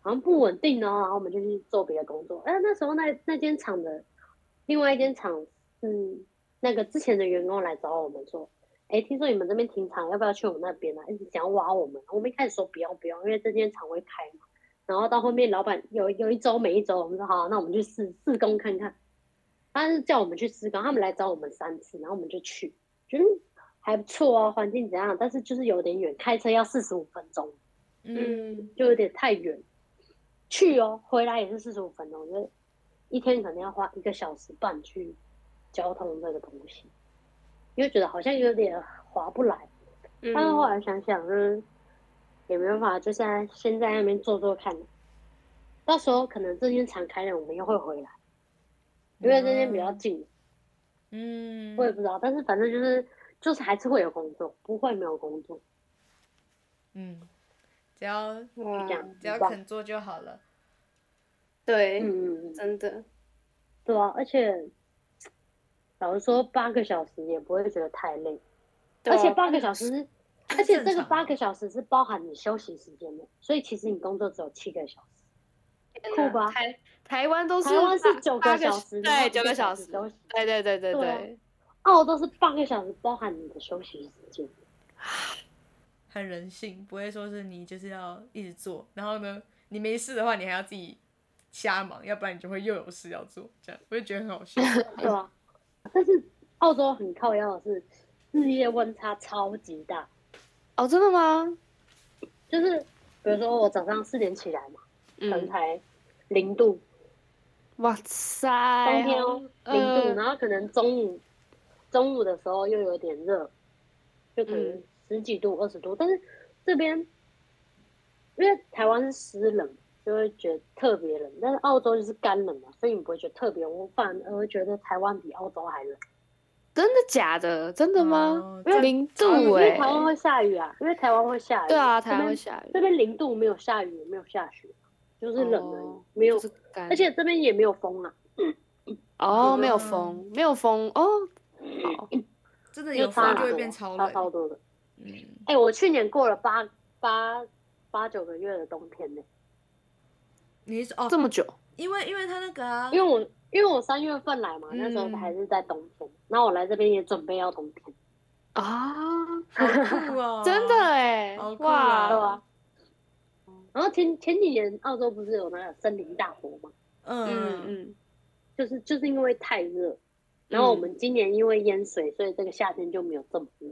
好像不稳定哦，然后我们就去做别的工作。哎、那时候那那间厂的另外一间厂，嗯，那个之前的员工来找我们说，哎、听说你们这边停厂，要不要去我们那边啊？一直想要挖我们，我们一开始说不要不要，因为这间厂会开嘛。然后到后面老板有有一周每一周，我们说好，那我们去试试工看看。他是叫我们去施工，他们来找我们三次，然后我们就去，觉得嗯还不错啊，环境怎样？但是就是有点远，开车要四十五分钟，
嗯，
嗯，
就有点太远。去哦，回来也是四十五分钟，我觉得一天可能要花一个小时半去交通这个东西，因为觉得好像有点划不来。
嗯
但是后来想想，嗯，也没办法，就现在先在那边做做看，到时候可能这间厂开了，我们又会回来，因为这间比较近。
嗯，
我也不知道，但是反正就是就是还是会有工作，不会没有工作，
嗯，只要
哇
这，样
只要
很棒
肯做就好了。
对，
嗯，嗯嗯
真的，
对啊，而且老实说，八个小时也不会觉得太累，
对
而且
啊
八个小时是，
很
而且
正
这个
常
八
啊
个小时是包含你休息时间的，所以其实你工作只有七个小时。
天
酷
哪
吧
台台湾都是
台湾是
八
九
八
个小时，然后
对，
一
九
个
个
小
小
时
时，
休息，
对对对对
对啊
对，
澳洲是八个小时包含你的休息时间。
很人性，不会说是你就是要一直做，然后呢，你没事的话，你还要自己瞎忙，要不然你就会又有事要做，这样我就觉得很好 笑。
对啊，但是澳洲很靠腰的是日夜温差超级大，
哦，真的吗？
就是比如说我早上四点起来嘛，可能
嗯，
才零度，
哇塞，
冬天
好
哦零度，
呃
然后可能中午中午的时候又有点热，就可能
嗯
十几度、二十度，但是这边因为台湾是湿冷，就会觉得特别冷，但是澳洲就是干冷嘛，所以你不会觉得特别温，我反而会觉得台湾比澳洲还冷。
真的假的？真的吗
哦？这
零
因
度
为嗯
哎
台，湾会下雨啊，因为台湾会下雨。
对啊，
这
台湾会
边
下雨
这，边零度没有下雨，也没有下雪，就是冷而已，
哦
没有
就，是干，
而且这边也没有风啊，
哦，没有风，没有风哦，好，
真的
因为
有
差很
风就会
多
变超
差超
冷，
多的。
嗯，
哎、我去年过了八八八九个月的冬天呢、
你是说哦，
这么久，
因为因为他那个啊，
因为我因为我三月份来嘛，那时候
嗯
还是在冬天，然后我来这边也准备要冬天，嗯
啊，
酷哦，
真的哎、
好酷
哇，
啊
对啊。然后前前几年澳洲不是有那个森林大火嘛，
嗯
嗯，
嗯，
就是就是因为太热，然后我们今年因为淹水，所以这个夏天就没有这么热。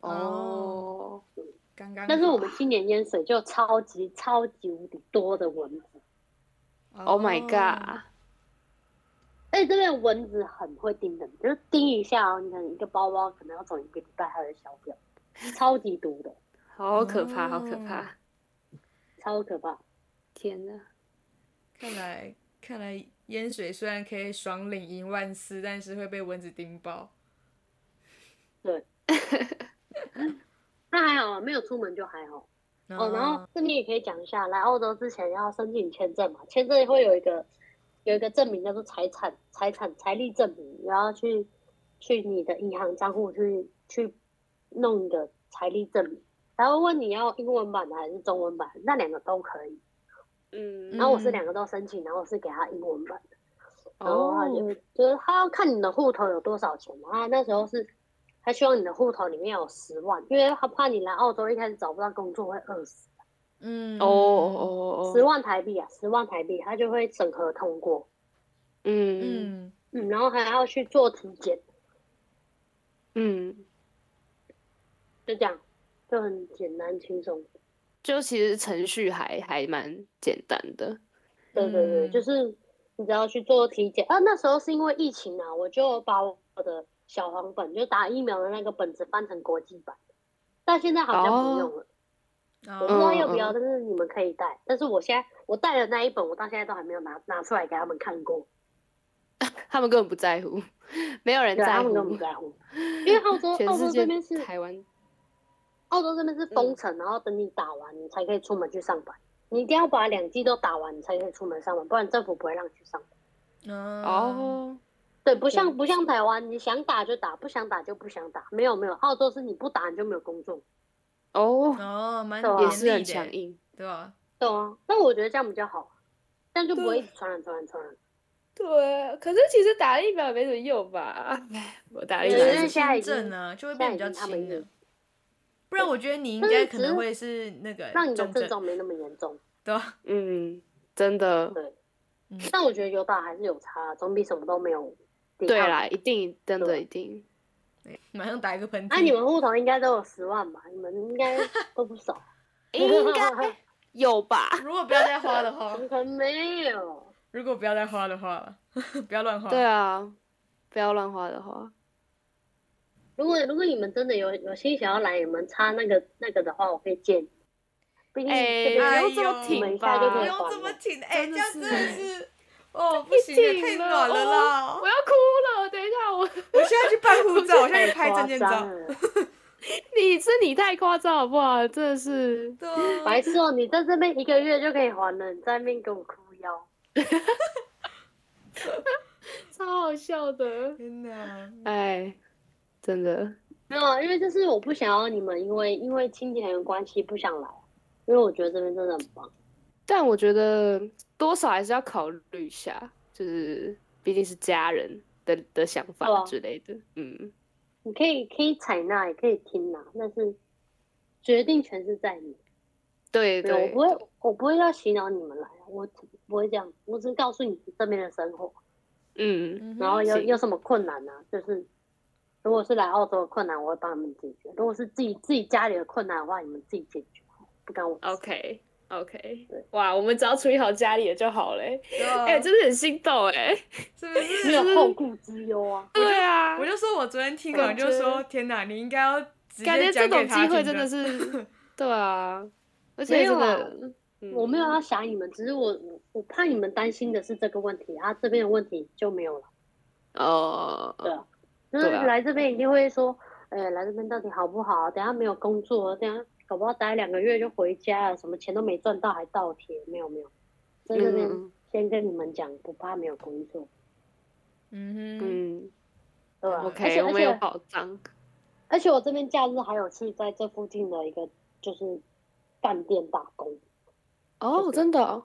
哦，
刚刚好，
但是我们今年淹水就超级超级无敌多的蚊子，
哦
Oh my god！
而且这边的蚊子很会叮人，就是叮一下哦，你可能一个包包可能要走一个礼拜它才消掉，超级毒的，
好可
哦
怕，好可怕！
超可怕。
天哪，
看来看来烟水虽然可以爽领一万四，但是会被蚊子叮爆。
那还好啊，没有出门就还好。哦，然后这边也可以讲一下，来澳洲之前要申请签证嘛，签证会有一个有一个证明叫做财产财产财力证明，你要去去你的银行账户去去弄你的财力证明，然后问你要英文版的还是中文版，那两个都可以。
嗯，
然后我是
嗯
两个都申请，然后我是给他英文版的，然后他就、就是他要看你的户头有多少钱嘛，他那时候是他希望你的户头里面有十万，因为他怕你来澳洲一开始找不到工作会饿死。
嗯
哦哦哦
十
哦，
万台币啊，十万台币，他就会审核通过。
嗯
嗯
嗯，然后还要去做体检，
嗯，
就这样，就很简单轻松。
就其实程序还还蛮简单的，
对对对，
嗯
就是你只要去做体检啊。那时候是因为疫情啊，我就把我的小黄本，就打疫苗的那个本子翻成国际版，但现在好像不用了，我不知
哦
道要不要，
哦嗯嗯
但是你们可以带。但是我现在我带的那一本，我到现在都还没有拿拿出来给他们看过。
他们根本不在乎，没有人
对，啊
在
他们
乎
根，本不在 乎，因为澳洲
全
澳洲
世
这
界嗯
边是
台湾，
澳洲这边是封城，然后等你打完，你才可以出门去上班。你一定要把两剂都打完，你才可以出门上班，不然政府不会让你去上班。
哦
嗯哦，
对，不像不像台湾，你想打就打，不想打就不想打。没有没有，澳洲是你不打你就没有工作，
哦，
哦，蛮
对啊
也
严
是
厉
很
的
强
欸，
硬，
对吧？
懂啊？但我觉得这样比较好，这样就不会一直传染传染传染。
对，啊可是其实打疫苗也没什么用 吧？唉我打疫
对
苗
只
还
因为
是
是
现在已
签
经
证啊，就会变比较
现在已经他们已
轻的
经。
不然我觉得你应
但是
该
只
可能
是
会是那个
让你的
重
症
症，
状没那么严重，
对吧？
嗯，真的，
对
嗯。
但我觉得有打还是有差，啊总比什么都没有抵
对
抗
啦，一定真的
对
一定，
马上打一个喷嚏。
那、啊你们户头应该都有十万吧？你们应该都不少，
应该有吧？
如果不要再花的话
怎，么可能没有？
如果不要再花的话， 不要乱花。
对啊，不要乱花的话，
如果如果你们真的有有心想要来，你们插那个那个的话，我可以建议。毕竟这
哎、
边
哎
不用这么
呦
我们
挺
一下就可
不
以
吧，
用这么挺，哎、
真
这
的
样
是
真的是，哦，不行，
挺
太
了
暖了啦！
哦
我要哭了，等一下我，
我现在去办护照，我现在去
太夸
拍证件
张
照。
了，
你是你太夸张好不好？真的是，
对啊
白痴哦！你在这边一个月就可以还了，你在那边给我哭腰。
超好笑的，
天哪！
哎，真的，
没有啊，因为就是我不想要你们因为因为亲戚的关系不想来，因为我觉得这边真的很棒。
但我觉得多少还是要考虑一下，就是毕竟是家人的的想
对
法
啊
之类的，嗯，
你可以可以采纳，也可以听啊，但是决定权是在你。
对
对，我
对
不，会，我不会要洗脑你们来，我不会这样，我只是告诉你这边的生活。
嗯，
嗯哼
然后有
行
有什么困难呢、就是如果是来澳洲的困难，我会帮你们解决；如果是自己自己家里的困难的话，你们自己解决，不干我的事。
OK。OK，
对
哇，我们只要处理好家里的就好嘞。
嗯
对啊
哎、真的很心动哎、
是不
你
是？
嗯
有后顾之忧啊！
对啊，
我就说我昨天听完就说，天哪，你应该要直
感
接
觉这
讲
种
给他
机会
听
真的。 是，对啊，而且
没有
真的
啊，
嗯
我没有要想你们，只是我我我怕你们担心的是这个问题啊，这边的问题就没有了。
哦，
对啊就是
对啊
来这边一定会说，呃，来这边到底好不好？啊等下没有工作，等下搞不好待两个月就回家了，什么钱都没赚到还倒贴，没有没有，在这边
嗯
先跟你们讲，不怕没有工作，
嗯
嗯
对吧、而且
，OK，我
而
们有
且
保障，
而且我这边假日还有去在这附近的一个就是饭店打工，
哦，真的哦，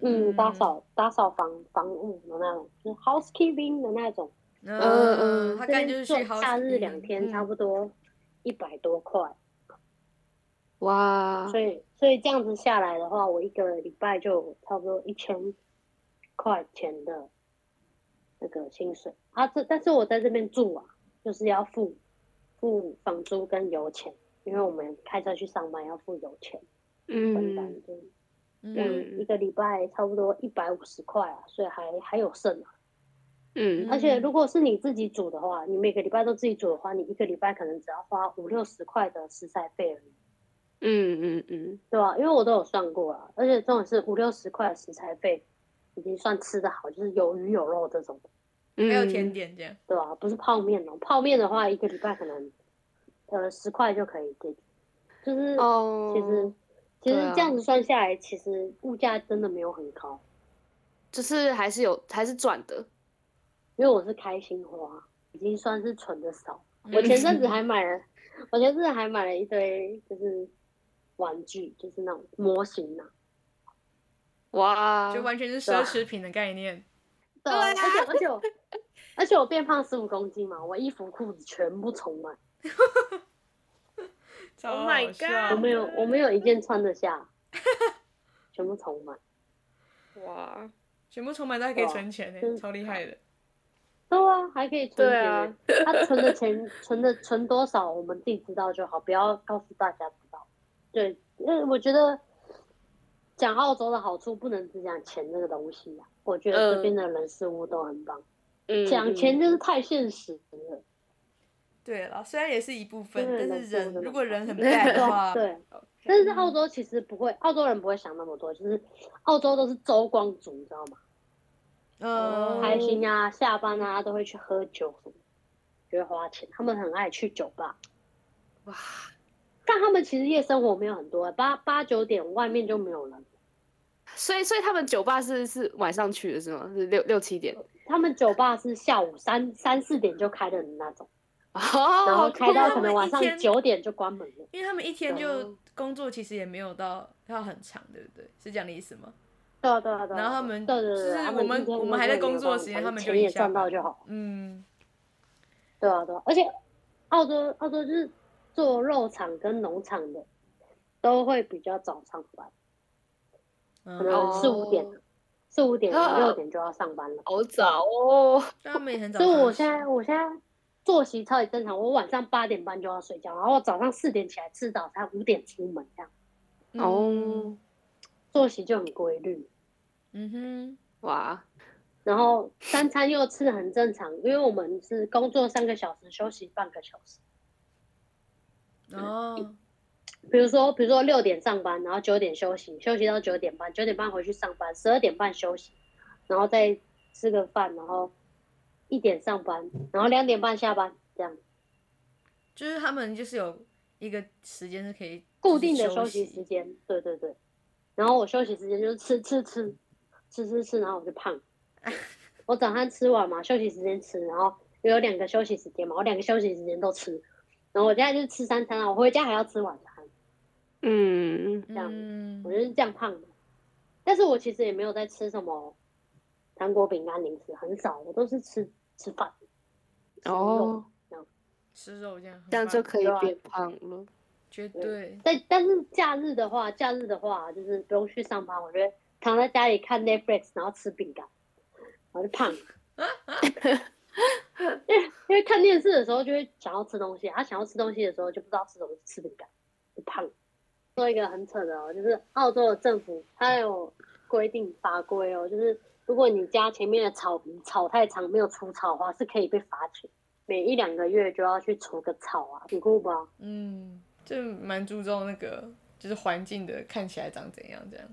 嗯，
嗯
打扫打扫房房务的那种，就是 housekeeping 的那种。
哼，
嗯
嗯，
嗯
他
这
干
边
就是
做
去好
假日两天，
嗯
差不多一百多块，
啊
哇，
所以所以这样子下来的话，我一个礼拜就差不多一千块钱的那个薪水啊。这但是我在这边住啊，就是要付付房租跟油钱，因为我们开车去上班要付油钱。分担
嗯，
就是
嗯
一个礼拜差不多一百五十块啊，所以还还有剩啊。
嗯，
而且如果是你自己煮的话，你每个礼拜都自己煮的话，你一个礼拜可能只要花五六十块的食材费而已，
嗯嗯嗯，
对吧、因为我都有算过啊，而且重点是五六十块的食材费已经算吃的好，就是有鱼有肉这种，
嗯
还有甜，点这样。
对吧、不是泡面哦，泡面的话一个礼拜可能呃十块就可以解决，就是
哦，
其实、其实
对啊
这样子算下来，其实物价真的没有很高，
就是还是有还是赚的，
因为我是开心花，已经算是存的少。我前阵子还买了，我前阵子还买了一堆就是玩具，就是那种模型啊。
哇，
就完全是奢侈品的概念。
对啊，而且而且我而且我变胖十五公斤嘛，我衣服裤子全部重买，
超
Oh my
好笑
我没有我没有一件穿得 下，全部重买。
哇，
全部充满都还可以存钱呢、
哇
超厉害的。
对啊，还可以存
对
钱
啊
欸。他、存的钱，存的存多少，我们自己知道就好，不要告诉大家知道。对，因为我觉得讲澳洲的好处，不能只讲钱这个东西啊。我觉得这
嗯
边的人事物都很棒，
嗯
讲、
嗯
钱就是太现实了。
对啦，虽然也是一部分，
真的
但
人
是
数
人
真的
如果人很
很大
bad 的话，嗯
对，但是澳洲其实不会，澳洲人不会想那么多，就是澳洲都是周光族，你知道吗？
嗯，
开心啊，下班啊都会去喝酒什么的，就会花钱。他们很爱去酒吧，
哇，
但他们其实夜生活没有很多，八八九点外面就没有人。
所以所以他们酒吧是是晚上去的是吗？是六六七点，
他们酒吧是下午三三四点就开的那种，
哦，
然后
好
开到
酷
可能晚上
一天
九点就关门了。啊
因为他们一天就工作，其实也没有到要很长，对不对？是这样的意思吗？
对啊对啊对啊。
然后他们
对对对
就是
对他
我们
一天
我们还在工作时间
没有
他
办
们
法
就
钱
已
也
下
赚
班
到
了
就好。
嗯，
对啊对啊，而且澳洲澳洲就是做肉场跟农场的都会比较早上班，可
嗯，
能四五点
哦，
四五点
啊
五六点就要上班了。
好早哦，
但他们也很早
所
上
以
班。
我现在我现在作息超级正常，我晚上八点半就要睡觉，然后我早上四点起来吃早餐，五点出门，这样
哦，
作息就很规律。
嗯哼，
哇，
然后三餐又吃的很正常，因为我们是工作三个小时，休息半个小时。
哦，
比如说，比如说六点上班，然后九点休息，休息到九点半，九点半回去上班，十二点半休息，然后再吃个饭，然后一点上班，然后两点半下班，这样
就是他们就是有一个时间是可以
固定的
就是休
休息时间。对对对。然后我休息时间就是吃吃吃吃吃吃，然后我就胖。
啊
我早餐吃完嘛，休息时间吃，然后又有两个休息时间嘛，我两个休息时间都吃。然后我现在就是吃三餐啊，我回家还要吃晚餐，
嗯，
这样
嗯
我就是这样胖的。但是我其实也没有在吃什么糖果、饼干、零食，很少，我都是吃吃饭。吃肉
哦，
吃肉这样很棒，
这样就可以
对啊
变胖了，
绝对
但但是假日的话，假日的话就是不用去上班，我觉得躺在家里看 Netflix，然后吃饼干，然后就胖。因为因为看电视的时候就会想要吃东西，他、啊想要吃东西的时候就不知道吃什么，吃饼干就胖。说一个很扯的哦，就是澳洲的政府它有规定法规哦，就是如果你家前面的草皮草太长没有除草的话，是可以被罚钱，每一两个月就要去除个草啊，很酷吧？
嗯，就蛮注重那个就是环境的看起来长怎样这样。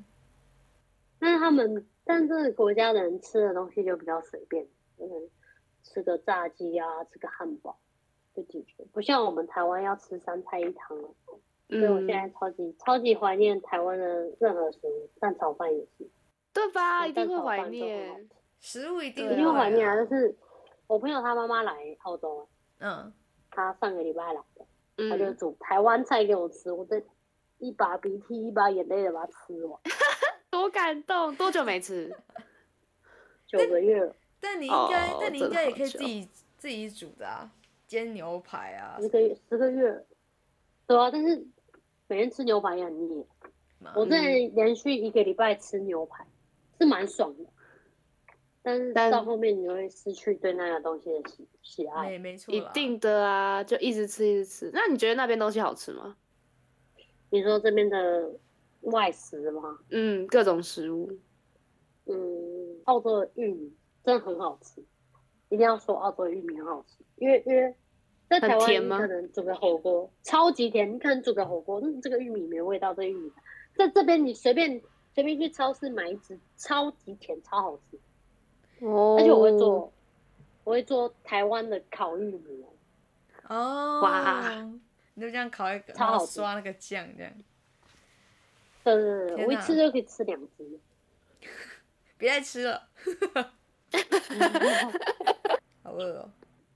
但是他们，但这个国家的人吃的东西就比较随便，可能吃个炸鸡啊，吃个汉堡就解决，不像我们台湾要吃三菜一汤了。所以
嗯
我现在超级、超级怀念台湾的任何食物，蛋炒饭也是，
对吧？
嗯
啊一定会
蛋炒
怀
饭就很好
念
吃，
食物一定
对啊
因为怀念啊。
啊
但是我朋友他妈妈来澳洲，
嗯，
他上个礼拜来的，他就
嗯，
煮台湾菜给我吃，我这一把鼻涕一把眼泪的把它吃完，
多感动，多久 没吃？
九个月了，
但你应该，
哦
但你应该也可以自
真的好
己自己煮的啊，煎牛排啊
十个月十个月了，对啊，但是每天吃牛排也很腻。
嘛。
我之前连续一个礼拜吃牛排，是蛮爽的，但是
但
到后面你会失去对那个东西的喜喜爱。
没没错
一
啦，
定的啊，就一直吃一直吃。那你觉得那边东西好吃吗？
你说这边的外食吗？
嗯，各种食物，
嗯，澳洲的玉米真的很好吃，一定要说澳洲玉米很好吃，因为因为在台
很
湾
甜
你
吗
可能煮个火锅超级甜，你可能煮个火锅，嗯，这个玉米没味道，这玉米在这边你随便随便去超市买一只，超级甜，超好吃，
哦
而且我会做，我会做台湾的烤玉米哦，
哦，
哇，
你就这样烤一个，
超
然
好
后
吃
刷那个酱这样，
对对对对，
天
我一
哪
次就可以吃两只。
别再吃了，好饿哦。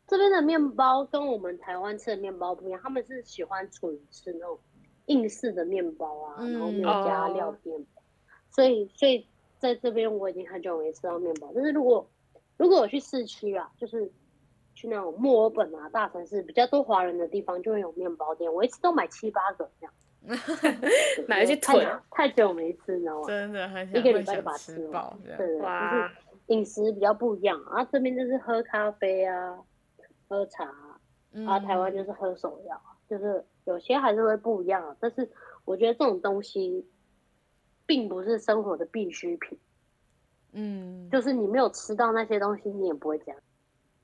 这边的面包跟我们台湾吃的面包不一样，他们是喜欢处于吃那种应式的面包啊，
嗯
然后没有加料的面包，所以所以在这边我已经很久没吃到面包。但是如果如果我去市区啊，就是去那种墨尔本啊大城市比较多华人的地方，就会有面包店，我一次都买七八个这样。对
买来去
太
囤
太久没吃，你知道吗？
真的很想
一个礼
很
拜就把它
想吃
吃
饱
完，
这样
对
哦
对，就是
哇，
饮食比较不一样啊，这边就是喝咖啡啊，喝茶啊，
嗯
啊台湾就是喝手摇啊，就是有些还是会不一样啊。但是我觉得这种东西，并不是生活的必需品，
嗯，
就是你没有吃到那些东西，你也不会讲。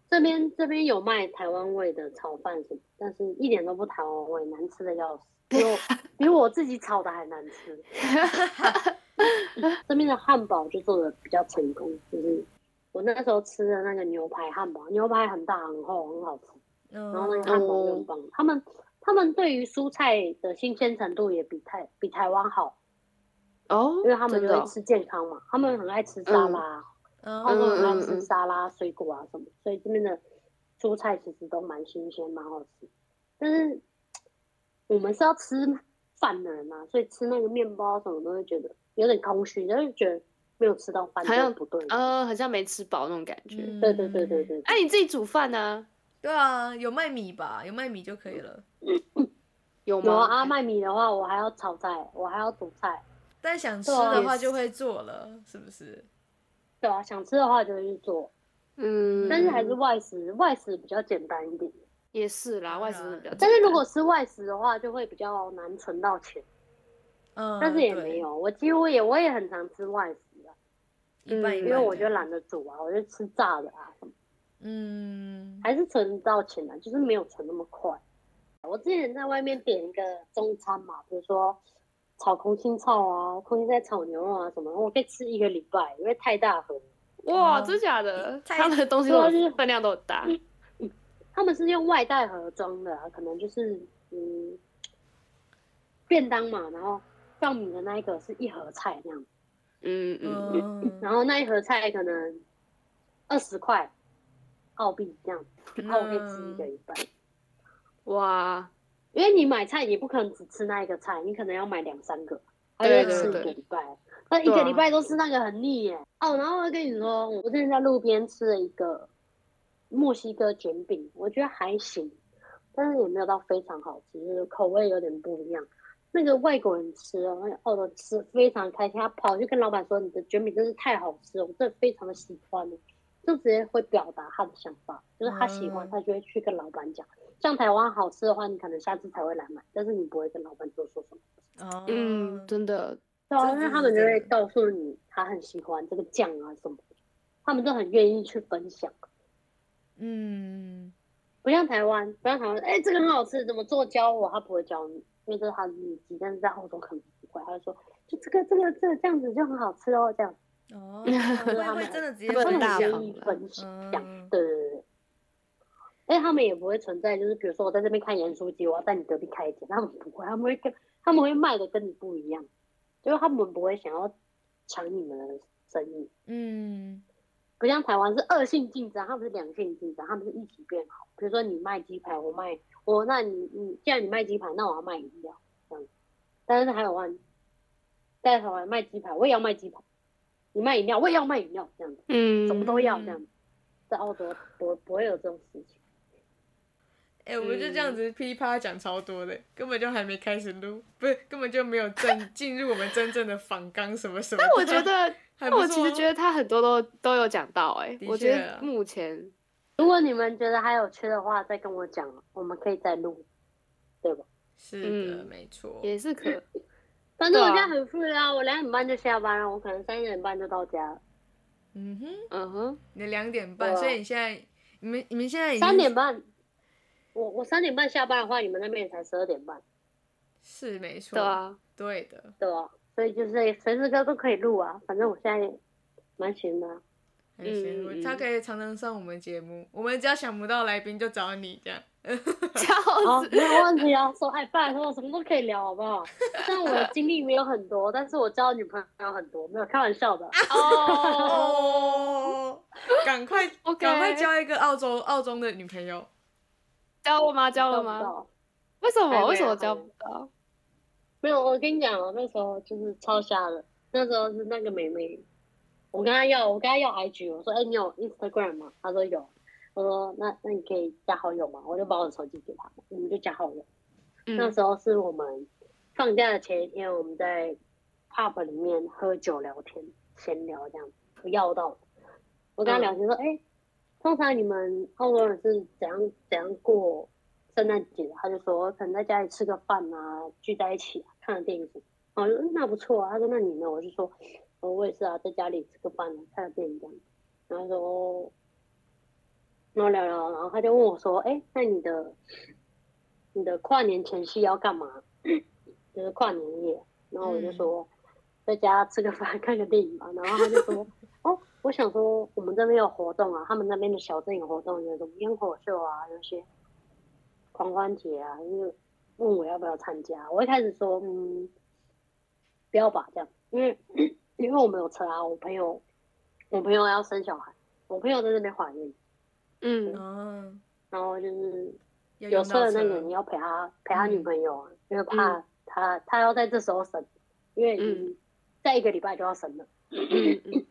这边这边有卖台湾味的炒饭什么，但是一点都不台湾味，难吃的要死，比我比我自己炒的还难吃。这边的汉堡就做的比较成功，就是我那时候吃的那个牛排汉堡，牛排很大很厚很好吃，
然
然后那个
嗯
汉
嗯
堡就很棒。他们他们对于蔬菜的新鲜程度也比台比台湾好，
哦，
因为他们
真
就
的
会
哦嗯
吃健康嘛，他们很爱吃沙拉，澳洲很爱
嗯嗯
吃
嗯
沙拉、水果啊什么，所以这边的蔬菜其实都蛮新鲜、蛮好吃。但是我们是要吃饭的人嘛，所以吃那个面包啊什么都会觉得有点空虚，就是觉得没有吃到饭
好像
就不对。
呃，好像没吃饱那种感觉。
对对对对，对，
哎、你自己煮饭呢、
对啊，有卖米吧，有卖米就可以了。
有吗？
有啊，阿麦米的话，我还要炒菜，我还要煮菜。
但想吃
对啊
的话就会做了，是不是？
对啊，想吃的话就会去做，
嗯，
但是还是外食，外食比较简单一点。
也是啦，
当
外食真的比较
然
简
嗯但
单。
是如果吃外食的话，就会比较难存到钱，
嗯，
但是也
对
没，有，我几乎也我也很常吃外食啊。
一半一半。
嗯
因为我就，懒得煮啊，我就吃炸的啊，什么
嗯，
还是存到钱的、就是没有存那么快。我之前在外面点一个中餐嘛，比如说炒空心菜啊、空心菜炒牛肉啊什么，我可以吃一个礼拜，因为太大盒。
哇，
哦
真假的？
太
他们的东
嗯
西
对
都
啊就
很
是嗯
分量都很大。
他们是用外带盒装的、啊，可能就是嗯便当嘛，然后放米的那一个是一盒菜那样，
嗯嗯，
嗯，
然后那一盒菜可能二十块澳币这样，然后我可以吃一个礼拜。
哇，
因为你买菜你不可能只吃那一个菜，你可能要买两三个，还
对
有吃一
对
个
对
礼拜。那一
对
个
啊
礼拜都吃那个很腻耶。哦，然后我跟你说，我之前在路边吃了一个墨西哥卷饼，我觉得还行，但是也没有到非常好吃，就是口味有点不一样。那个外国人吃哦，那个澳洲人吃非常开心，他跑去跟老板说：“你的卷饼真是太好吃了，我真的非常的喜欢了。”就直接会表达他的想法，就是他喜欢，
嗯
他就会去跟老板讲。像台湾好吃的话，你可能下次才会来买，但是你不会跟老板多说什么。
哦，
嗯，真的，
对啊，
这
那
是
他们就会
真的
告诉你他很喜欢这个酱啊什么的，他们都很愿意去分享。
嗯，
不像台湾，不像台湾，哎、这个很好吃，怎么做教我？他不会教你，因为这是他的秘籍。但是在澳洲可能不会，他就说就这个这个这个这样子就很好吃哦，这样
哦，会会真的直接
他们
他们
很大
很
方
愿意
啦
分享。
嗯，
对对对对。但是他们也不会存在，就是比如说我在这边看盐酥鸡，我要在你隔壁开一间，他们不会，他们会跟他们会卖的跟你不一样，就是他们不会想要抢你们的生意，
嗯，
不像台湾是恶性竞争，他们是良性竞争，他们是一起变好。比如说你卖鸡排，我卖我，那你你既然你卖鸡排，那我要卖饮料，这样。但是还有湾，在台湾卖鸡排，我也要卖鸡排；你卖饮料，我也要卖饮料，这样子。
嗯，
什么都要这样。在澳洲不不会有这种事情，
哎、我们就这样子噼里啪啦讲超多的，根本就还没开始录，不是根本就没有正进入我们真正的访纲什么什么的。
但我觉得，
还
但
不
我其
错
实
哦
觉得他很多都都有讲到、哎，
的
我觉
确啊
得 目前
如果你们觉得还有缺的话，再跟我讲，我们可以再录，对吧？
是的，
嗯
没错。
也是可
反正我
对
现
啊
在很富裕啊，我两点半就下班了，我可能三点半就到家了。
嗯哼，
嗯哼，
你的两点半，
对啊
所以你现在你们你们现
嗯
在已经
三点半，我我三点半下班的话，你们那边也才十二点半，
是没错，
对啊，
对的，
对吧？所以就是随时都都可以录啊，反正我现在也蛮闲的啊、
哦
很辛苦
嗯嗯嗯
他可以常常上我们节目，我们只要想不到来宾就找你这样。
笑
好，
死，
哦没有问题啊。说哎，拜托，什么都可以聊，好不好？虽然我的经历没有很多，但是我交的女朋友很多，没有开玩笑 的。
哦，
哦，赶快
OK
赶快交一个澳洲澳洲的女朋友，
交了吗？交
交
了
不
吗？
到？
为什
还没啊
么？为什么
还
交
没
不到？
没有，我跟你讲哦，那时候就是超瞎的。那时候是那个妹妹，我跟她要，我跟她要 IG，我说，哎、你有 Instagram 吗？她说有。我说，那那你可以加好友吗？我就把我的手机给她，我们就加好友。那
嗯
时候是我们放假的前一天，我们在 pub 里面喝酒聊天，闲聊这样，我要到我。我跟他聊天说，哎、通常你们澳洲人是怎样怎样过圣诞节的？他就说可能在家里吃个饭啊，聚在一起、啊、看个电影什么。然后我就、嗯、那不错啊。他说那你呢？我就说，呃我也是啊，在家里吃个饭、啊，看个电影这样。然后他说，哦然后聊聊，然后他就问我说，哎、那你的你的跨年前夕要干嘛？ 就是跨年夜。然后我就说，在家吃个饭，看个电影吧。然后他就说。 哦，我想说，我们这边有活动啊，他们那边的小镇有活动，有什么烟火秀啊，有些狂欢节啊，就是问我要不要参加。我一开始说，嗯，不要吧，这样，因为 因为我没有车啊，我朋友我朋友要生小孩，我朋友在那边怀孕，
嗯，
嗯，
然后就是
要
有
用
车
到
的
车嗯
那个人要陪他陪他女朋友啊，因为怕他他要在这时候生，因
嗯
为已经在一个礼拜就要生了。
嗯嗯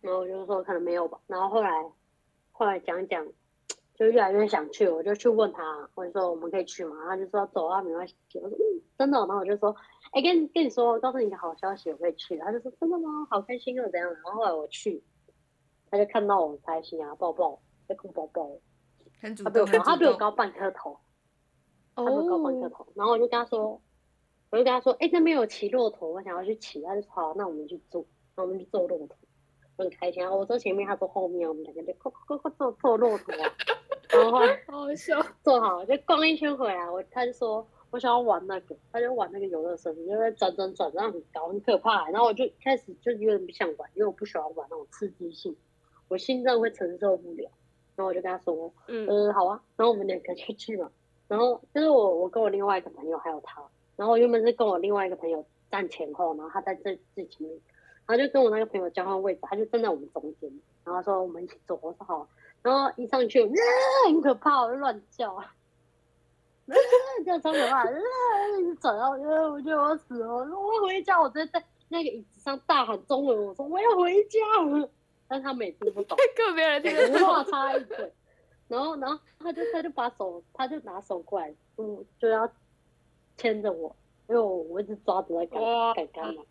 然后我就说可能没有吧。然后后来后来讲一讲，就越来越想去，我就去问他，我就说我们可以去吗？他就说走啊，没关系。我说嗯，真的哦、然后我就说，哎、跟跟你说，告诉你一个好消息，我可以去了。他就说真的吗？好开心哦，怎样？然后后来我去，他就看到我很开心啊，抱抱我，在跟我抱抱我，
很主
他比我
动，
高，啊他
很
比我
主
高
动，
半颗头。他说高半颗
哦，
头，然后我就跟他说，我就跟他说，哎、那边有骑骆驼，我想要去骑，他就说好，那我们去坐，那我们去坐骆驼，我很开心啊，我坐前面，他坐后面，我们两个就快快快快坐坐骆驼啊、然后后来
好笑，
坐好就逛一圈回来，我他就说我想要玩那个，他就玩那个游乐设施，就在转转转，然后很高很可怕、然后我就开始就有点不想玩，因为我不喜欢玩那种刺激性，我心脏会承受不了，然后我就跟他说，
嗯
嗯，好啊，然后我们两个就去嘛。然后就是我，我跟我另外一个朋友还有他，然后我原本是跟我另外一个朋友站前后，然后他在最最前面，然后就跟我那个朋友交换位置，他就站在我们中间，然后说我们一起走，我说好，然后一上去，啊、很可怕，我就乱叫，啊，叫超可怕，啊，一直转，然后我就我觉得我要死了，我说我要回家，我直接在那个椅子上大喊中文，我说我要回家，但是他们也听不懂。
根本没有人 听得
无话插一嘴。然后，然后他就他就把手，他就拿手过来，嗯，就要牵着我，因为我我一直抓着他
哇
杆杆杆嘛。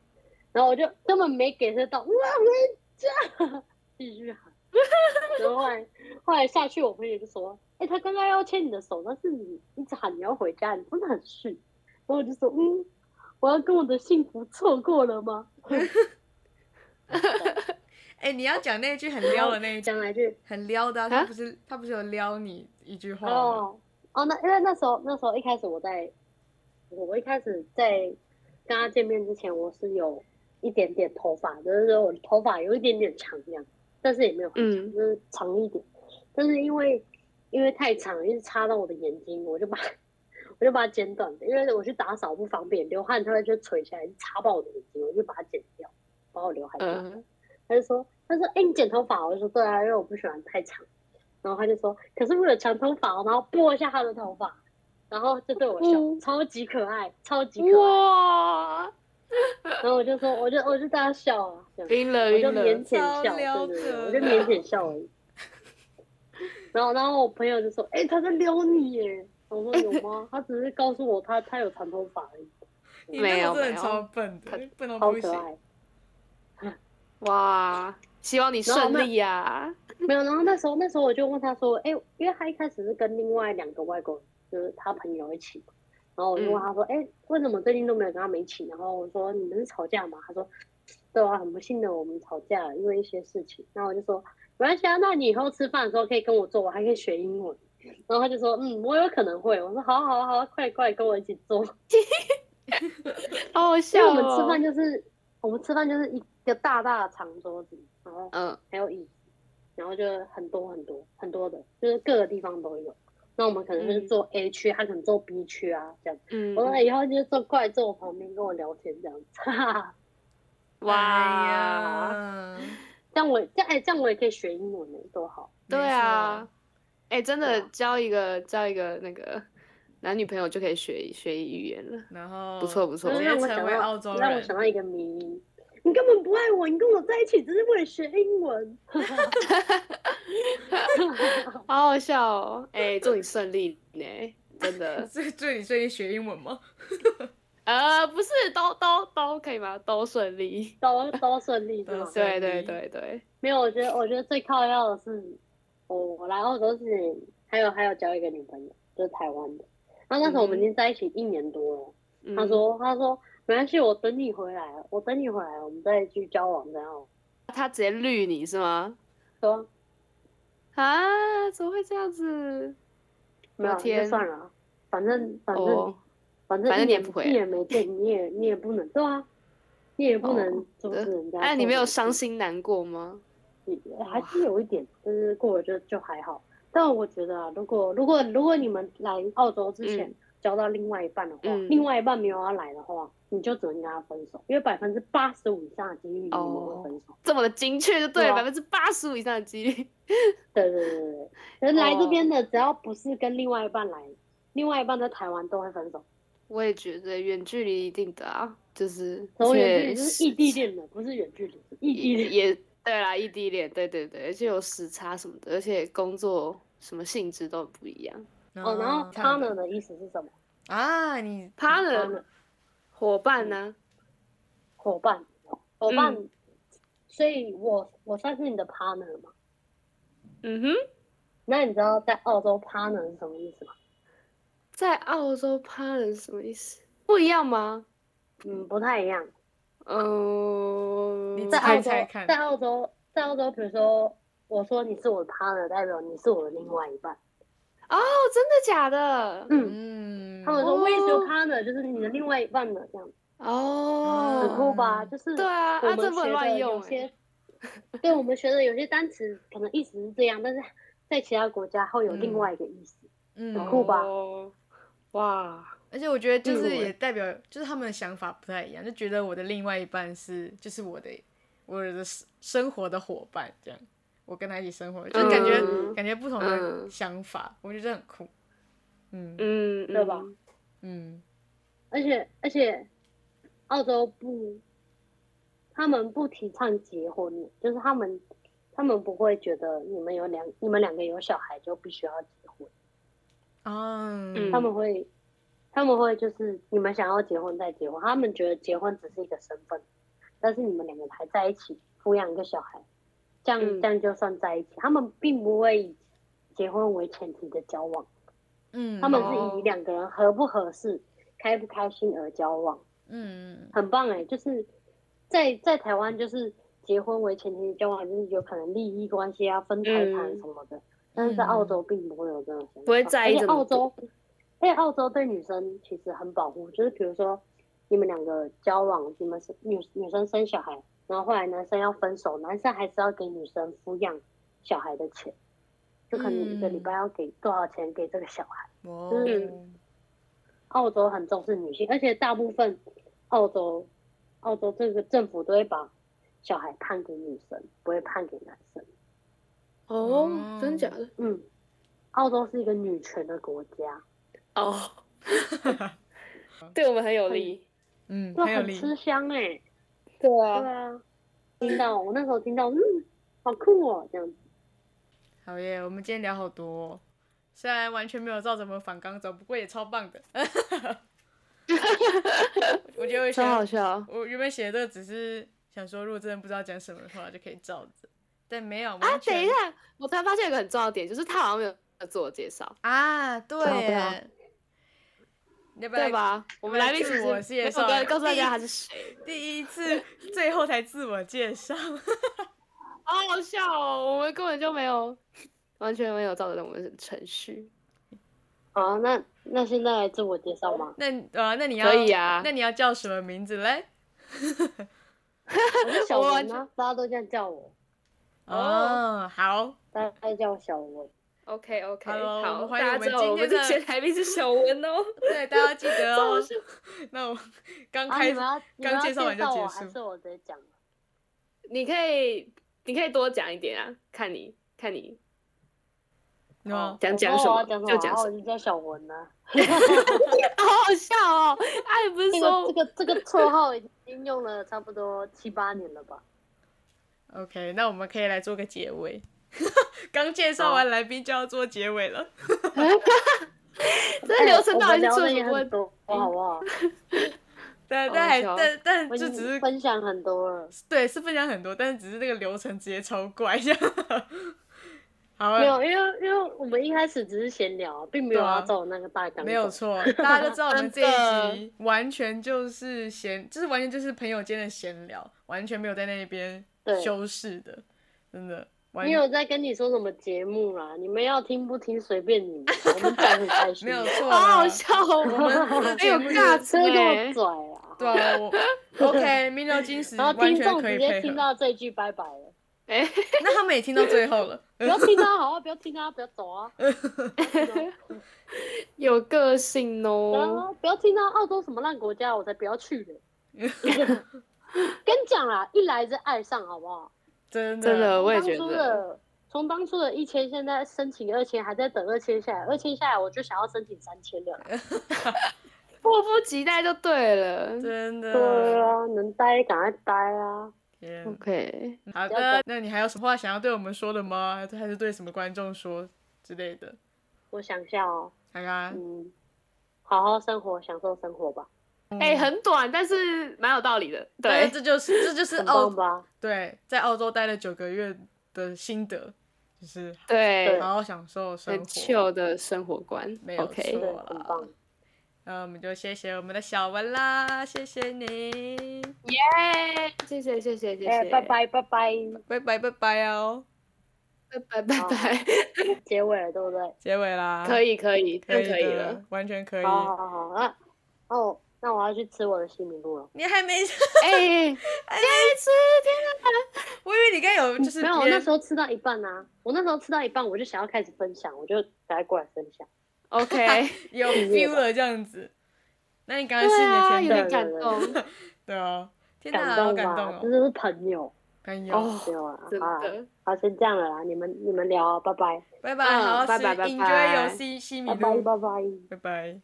然后我就根本没给他到，哇，回家，继续喊。然后后来后来下去，我朋友就说：“哎、他刚刚要牵你的手，但是你一直喊你要回家，你真的很逊。”然后我就说：“嗯，我要跟我的幸福错过了吗
哎，你要讲那一句很撩的那一？”句，
讲来句
很撩的啊，
啊
他不是他不是有撩你一句话吗？
哦哦，那因为那时候那时候一开始我在，我我一开始在跟他见面之前，我是有一点点头发，就是说我的头发有一点点长这样，但是也没有很长，
嗯
就是长一点。但是因为因为太长，一直插到我的眼睛，我就把我就把它剪短了，因为我去打扫不方便，流汗它会就垂下来，就插爆我的眼睛，我就把它剪掉，把我刘海剪掉。
嗯，
他就说，他说，哎、你剪头发哦？我就说对啊，因为我不喜欢太长。然后他就说，可是我有长头发哦，然后拨一下他的头发，然后就对我笑，
嗯
超级可爱，超级可爱。
呃哇，
然后我就说，我就我就对他笑啊，这样
晕了
我
晕
就
了，
腼腆
超
笑，
撩
对对对，
的
我就腼腆笑而已。然后，然后我朋友就说：“哎、他在撩你耶！”我说：“有吗？”他只是告诉我他他有长头发而已，
你那
没有
个真的
没有
超笨的，笨到
哦
超
不
可
行。
爱。
哇，希望你顺利啊 呀，
没有，然后那时候那时候我就问他说，哎、因为他一开始是跟另外两个外国人，就是他朋友一起嘛，然后我就问他说，哎、为什么最近都没有跟他们一起？然后我说你们是吵架吗？他说，对啊，很不幸的我们吵架了，因为一些事情。然后我就说，没关系啊，那你以后吃饭的时候可以跟我做，我还可以学英文。然后他就说，嗯，我有可能会。我说，好啊好啊好啊，快点快点跟我一起做。
好好
因为
笑
我们吃饭
哦。
就是我们吃饭就是一个大大的长桌子，然后
嗯，
还有椅子，然后就很多很多很多的，就是各个地方都有。那我们可能就是做 A 区，他可能做 B 区啊，这样。
嗯
我说以后就是坐过来坐我旁边跟我聊天这样子，哈哈。啊
哇，
哎呀，
这样我这样哎、这样我也可以学英文呢，多好。
对啊，哎、真
对
的
啊
交一个交一个那个男女朋友就可以学学语言了。
然后
不错不错
直
就是
接
让我
成
想
为澳洲
到让我想
人，。
到一个迷因，你根本不爱我，你跟我在一起只是为了学英文。
好好笑哦！哎、祝你顺利呢，真的
这对你最近学英文吗？
呃，不是，都都都可以吗？都 顺利。
都都顺利是吗
都？顺
对对
利
对对，
没有，我觉得我觉得最靠要的是，我我来澳洲之前，还有还有交一个女朋友，就是台湾的。然后那时候我们已经在一起一年多了，
嗯
他说他说没关系，我等你回来，我等你回来，我们再去交往这样。
他直接绿你是吗？
对啊，
啊，怎么会这样子？
没有
我天
就算了啊，反正反正、
哦，
反正
反正
一
你也
年
不回
一年没见，你也你也不能对啊，你也不能
哦
阻止人家。
哎、你没有伤，心难过吗？
还是有一点，就是过了就就还好。但我觉得啊，如果如果如果你们来澳洲之前
嗯
交到另外一半的话，
嗯
另外一半没有要来的话，你就只能跟他分手，因为百分之八十五以上的几率你们会
哦
分手。
这么的精确就对
对
了，
啊
百分之八十五以上的几率。
对对对对对，人来这边
哦
的只要不是跟另外一半来，另外一半在台湾都会分手。
我也觉得远距离一定的啊，就是
从远距
而
离就
且
是异地恋的，不是远距离，是异地
也
恋。
也对啦，异地恋，对对对，而且有时差什么的，而且工作什么性质都很不一嗯样。
哦，然后 partner 的意思是什么？
啊，你
partner 嗯伙伴呢、
伙伴，伙伴。
嗯
所以我我算是你的 partner 嘛？
嗯哼，
那你知道在澳洲 partner 是什么意思吗？
在澳洲 partner 是什么意思？不一样吗？
嗯，不太一样。
嗯、
你
在
猜
澳洲
猜看，
在澳洲，在澳洲，比如说我说你是我的 partner，代表你是我的另外一半。
哦，真的假的？
嗯，
嗯，
他们说 Where is
哦
your partner？就是你的另外一半的这样。
哦，
很酷吧？
嗯
就是
对啊
我
啊这
们
不能
学
乱
的
用
有
欸
些，对我们学的有些单词可能意思是这样，但是在其他国家会有另
嗯
外一个意思。
嗯
很酷吧
哦哇，
而且我觉得就是
嗯
也代表，就是他们的想法不太一样，就觉得我的另外一半是就是我的我的生生活的伙伴这样，我跟他一起生活，就是感觉、
嗯
感觉不同的
嗯
想法，我觉得很酷。嗯
嗯，
对吧
嗯
嗯，
而且而且，澳洲不，他们不提倡结婚，就是他们他们不会觉得你们有两你们两个有小孩就必须要结婚，
啊，
嗯
他们会他们会就是你们想要结婚再结婚，他们觉得结婚只是一个身份，但是你们两个还在一起抚养一个小孩，这样、
嗯
这样就算在一起，他们并不会以结婚为前提的交往，
嗯，
他们是
哦
以两个人合不合适、开不开心而交往。
嗯
很棒哎、就是在在台湾，就是结婚为前提的交往，就是有可能利益关系啊、分财产
嗯
什么的。但是在澳洲并不会有这种想法，
不会在
而
意
且
这么
澳洲，而且澳洲对女生其实很保护，就是比如说你们两个交往，你们是女女生生小孩，然后后来男生要分手，男生还是要给女生抚养小孩的钱，就可能一个礼
嗯
拜要给多少钱给这个小孩。
哦
嗯澳洲很重视女性，而且大部分澳洲澳洲这个政府都会把小孩判给女生，不会判给男生。
哦，真假的？
嗯，澳洲是一个女权的国家，
哦，对我们很有利。
嗯，
就
很有
很
力，
吃香哎、
对
哦
对，啊，听到我那时候听到，嗯，好酷哦，这样子。
好耶！我们今天聊好多、哦，虽然完全没有照着我们反纲走，不过也超棒的。 我觉得我
超好
想，
笑。
我原本写的只是想说，如果真的不知道讲什么的话，就可以照着，但没有完
啊，等
全
一下，我突然发现有一个很重要的点，就是他好像没有自我介绍，
啊，对
对啊对啊
耶，你要不要
对
来？
吧？我们来宾其实
自我
没
介
有
绍
跟告诉大家他是谁。
第一次，最后才自我介绍，
哦，好好笑哦！我们根本就没有，完全没有照着我们的程序。
好，那那现在来自我介绍 吗？
那呃，那你要
可以啊
那你要叫什么名字嘞？
我是小文啊，大家都这样叫我，
哦，好，
大家都叫我小文。
OK OK，
Hello，我
好，
们欢迎
大家知道
我
我
们今天
们的
的
前台名是小文哦。
对，大家记得哦
这。
那我刚
啊，
开
你
始
们，要你们
刚
要
介
介
绍完就结
我，
束
还是我直接讲？
你可以，你可以多讲一点啊，看你，看你
那
哦
么
想
我
讲
不哦知道
什
我要
么
讲
就讲
然后
什么
我。就叫小文啊。
好好笑哦！哎，不是
这
说
个这个这个绰号已经用了差不多七八年了 吧？
OK，那我们可以来做个结 尾。刚介绍
哦
完来宾就要做结尾了。
这流程到
哎我们
底是做什
聊的也
么
很？多，好 不好？
但
好
但还
笑哦
但但
我已
就
经
只是
分享很多 了，
对是分享很多，但是只是那个流程直接超怪这样。 好，
没有，因为因为我们一开始只是闲聊，并没有
对啊
要走那个大纲走，
没有错，大家都知道我们这一
真
集完全就是闲，就是完全就是朋友间的闲聊，完全没有在那边
对
修饰的，真的。完
没有在跟你说什么节目啦，你们要听不听随便你们，啊 我们讲很开心。啊
没有 错
好
啦，
好笑哦！
我 们这
哎
节
有
目就
尬
是
词
真的
哎
这么，拽啊！
对啊 我，OK，名流金石
然后
完
听
全
众
可以
直
配
接
合
听。到这句拜拜了，
哎，
那他们也听到最后了，
不要听他好啊，不要听他，不要走啊，
有个性
然
哦。
啊后不要听到澳洲什么烂国家，我才不要去呢。 跟你讲啦，一来就爱上，好不好？
真的
真的，我也
当
觉
初
得，
的从当初的一千，现在申请二千，还在等二千下来，二千下来我就想要申请三千 了啦。
啊迫不及待就对了。
真
对
的。
啊，能待赶快待啊！
天
OK，
好的，那你还有什么话想要对我们说的吗？还是对什么观众说之类的？啊
我想一下哦，
看看，
嗯，好好生活，享受生活吧，
哎，很短，但是蛮有道理的。
但
对
是，这就是这就是
很
哦
澳
棒吧？
对，在澳洲待了九个月的心得，就是
对，
好好享受生
很
活。
chill 的生活观
没。有
OK，
错
对，很棒。
那我们就谢谢我们的小文啦，谢谢你，
耶，谢谢谢谢谢
哎，
谢，
拜，拜拜拜，
拜拜拜拜哦，
拜拜拜
好
拜，
结尾了，对不对？
结尾啦，
可以可以，
可
都
以
可以了
的。，完全可以。
好好好好，那哦，那我要去吃我的西米露了。
你还没， 哎
哎，
我以为你刚有就是
没有，我
别
那时候吃到一半啊，我那时候吃到一半，我就想要开始分享，我就赶快过来分享。
OK，
有
乐
feel
吧
了这样子。那你刚才是
对
你的
啊，
前
有
辈
点感动。
对啊，天哪，
感
好
动
感动
吧，这
哦，
就是朋友，
朋友，
哦，
对吧？
真
啊好啦，
的，
好，先这样了啦，你们你们聊啊，拜拜，
拜拜，
嗯
好好
拜
吃
拜拜
，enjoy
拜
your 西西米
拜拜
露，
拜拜。
拜拜。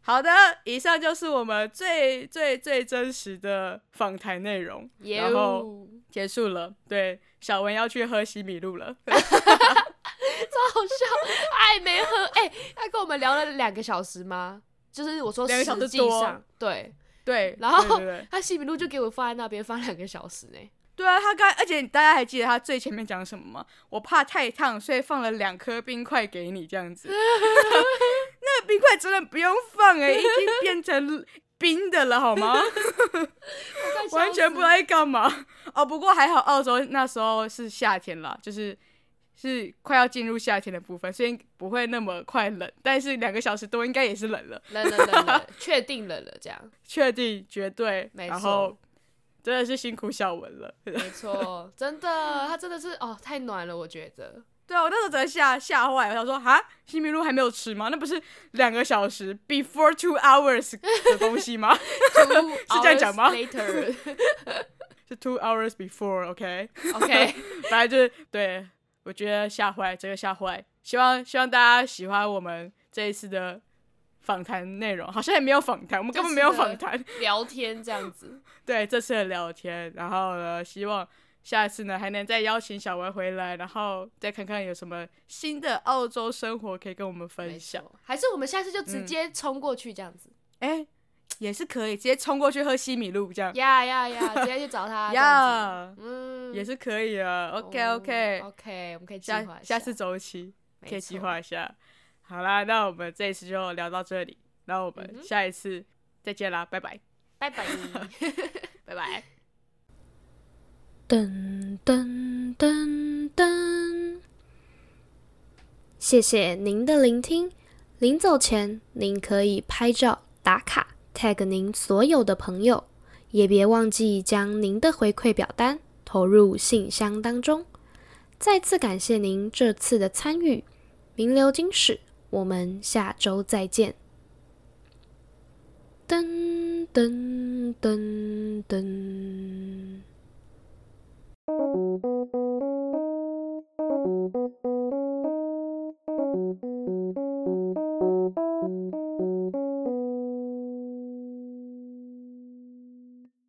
好的，以上就是我们最最最真实的访谈内容，
哦
然后
哟
结束了。对，小文要去喝西米露了。
超好笑，哎，没喝，哎、他跟我们聊了两个小时吗？就是我说
两个小时
实际
多
上，对，
对，
然后
对对对
他西米露就给我放在那边放两个小时呢、
对啊，他刚，而且大家还记得他最前面讲什么吗？我怕太烫，所以放了两颗冰块给你，这样子。 那个冰块真的不用放哎、已经变成冰的了，好吗？完全不知道在干嘛。 哦，不过还好，澳洲那时候是夏天啦，就是是快要进入夏天的部分，所以不会那么快冷。但是两个小时多应该也是冷了，
冷冷冷冷，确定冷了，这样
确定绝对。
没
然
错
后真的是辛苦小文了。
没错，真的，他真的是哦，太暖了，我觉得。
对啊，我那时候真的吓吓坏了，我想说哈，西米露还没有吃吗？那不是两个小时 before two hours 的东西吗？
是
这样讲吗
？Later，OK，、
是 two hours before，OK？、
OK，
反正就是对，我觉得吓坏，真的吓坏。希望希望大家喜欢我们这一次的访谈内容，好像也没有访谈，我们根本没有访谈，
聊天这样子，
对这次的聊天，然后呢，希望下次呢还能再邀请小文回来，然后再看看有什么新的澳洲生活可以跟我们分
没
享。
错。还是我们下次就
嗯
直接冲过去这样子，
哎、也是可以直接冲过去喝西米露这样，呀、
呀呀呀，直接去找他， 呀，嗯，
也是可以啊。OK OK，、
OK，我们可以计划
下
一
下次周期
没
可以计
错
划一下。好啦，那我们这一次就聊到这里，那我
嗯
们
哼
下一次再见啦，拜拜，
拜拜。
拜拜。
噔噔噔噔。谢谢您的聆听。临走前，您可以拍照打卡，tag 您所有的朋友，也别忘记将您的回馈表单投入信箱当中。再次感谢您这次的参与，名流金史，我们下周再见。噔噔噔噔。
Thank you.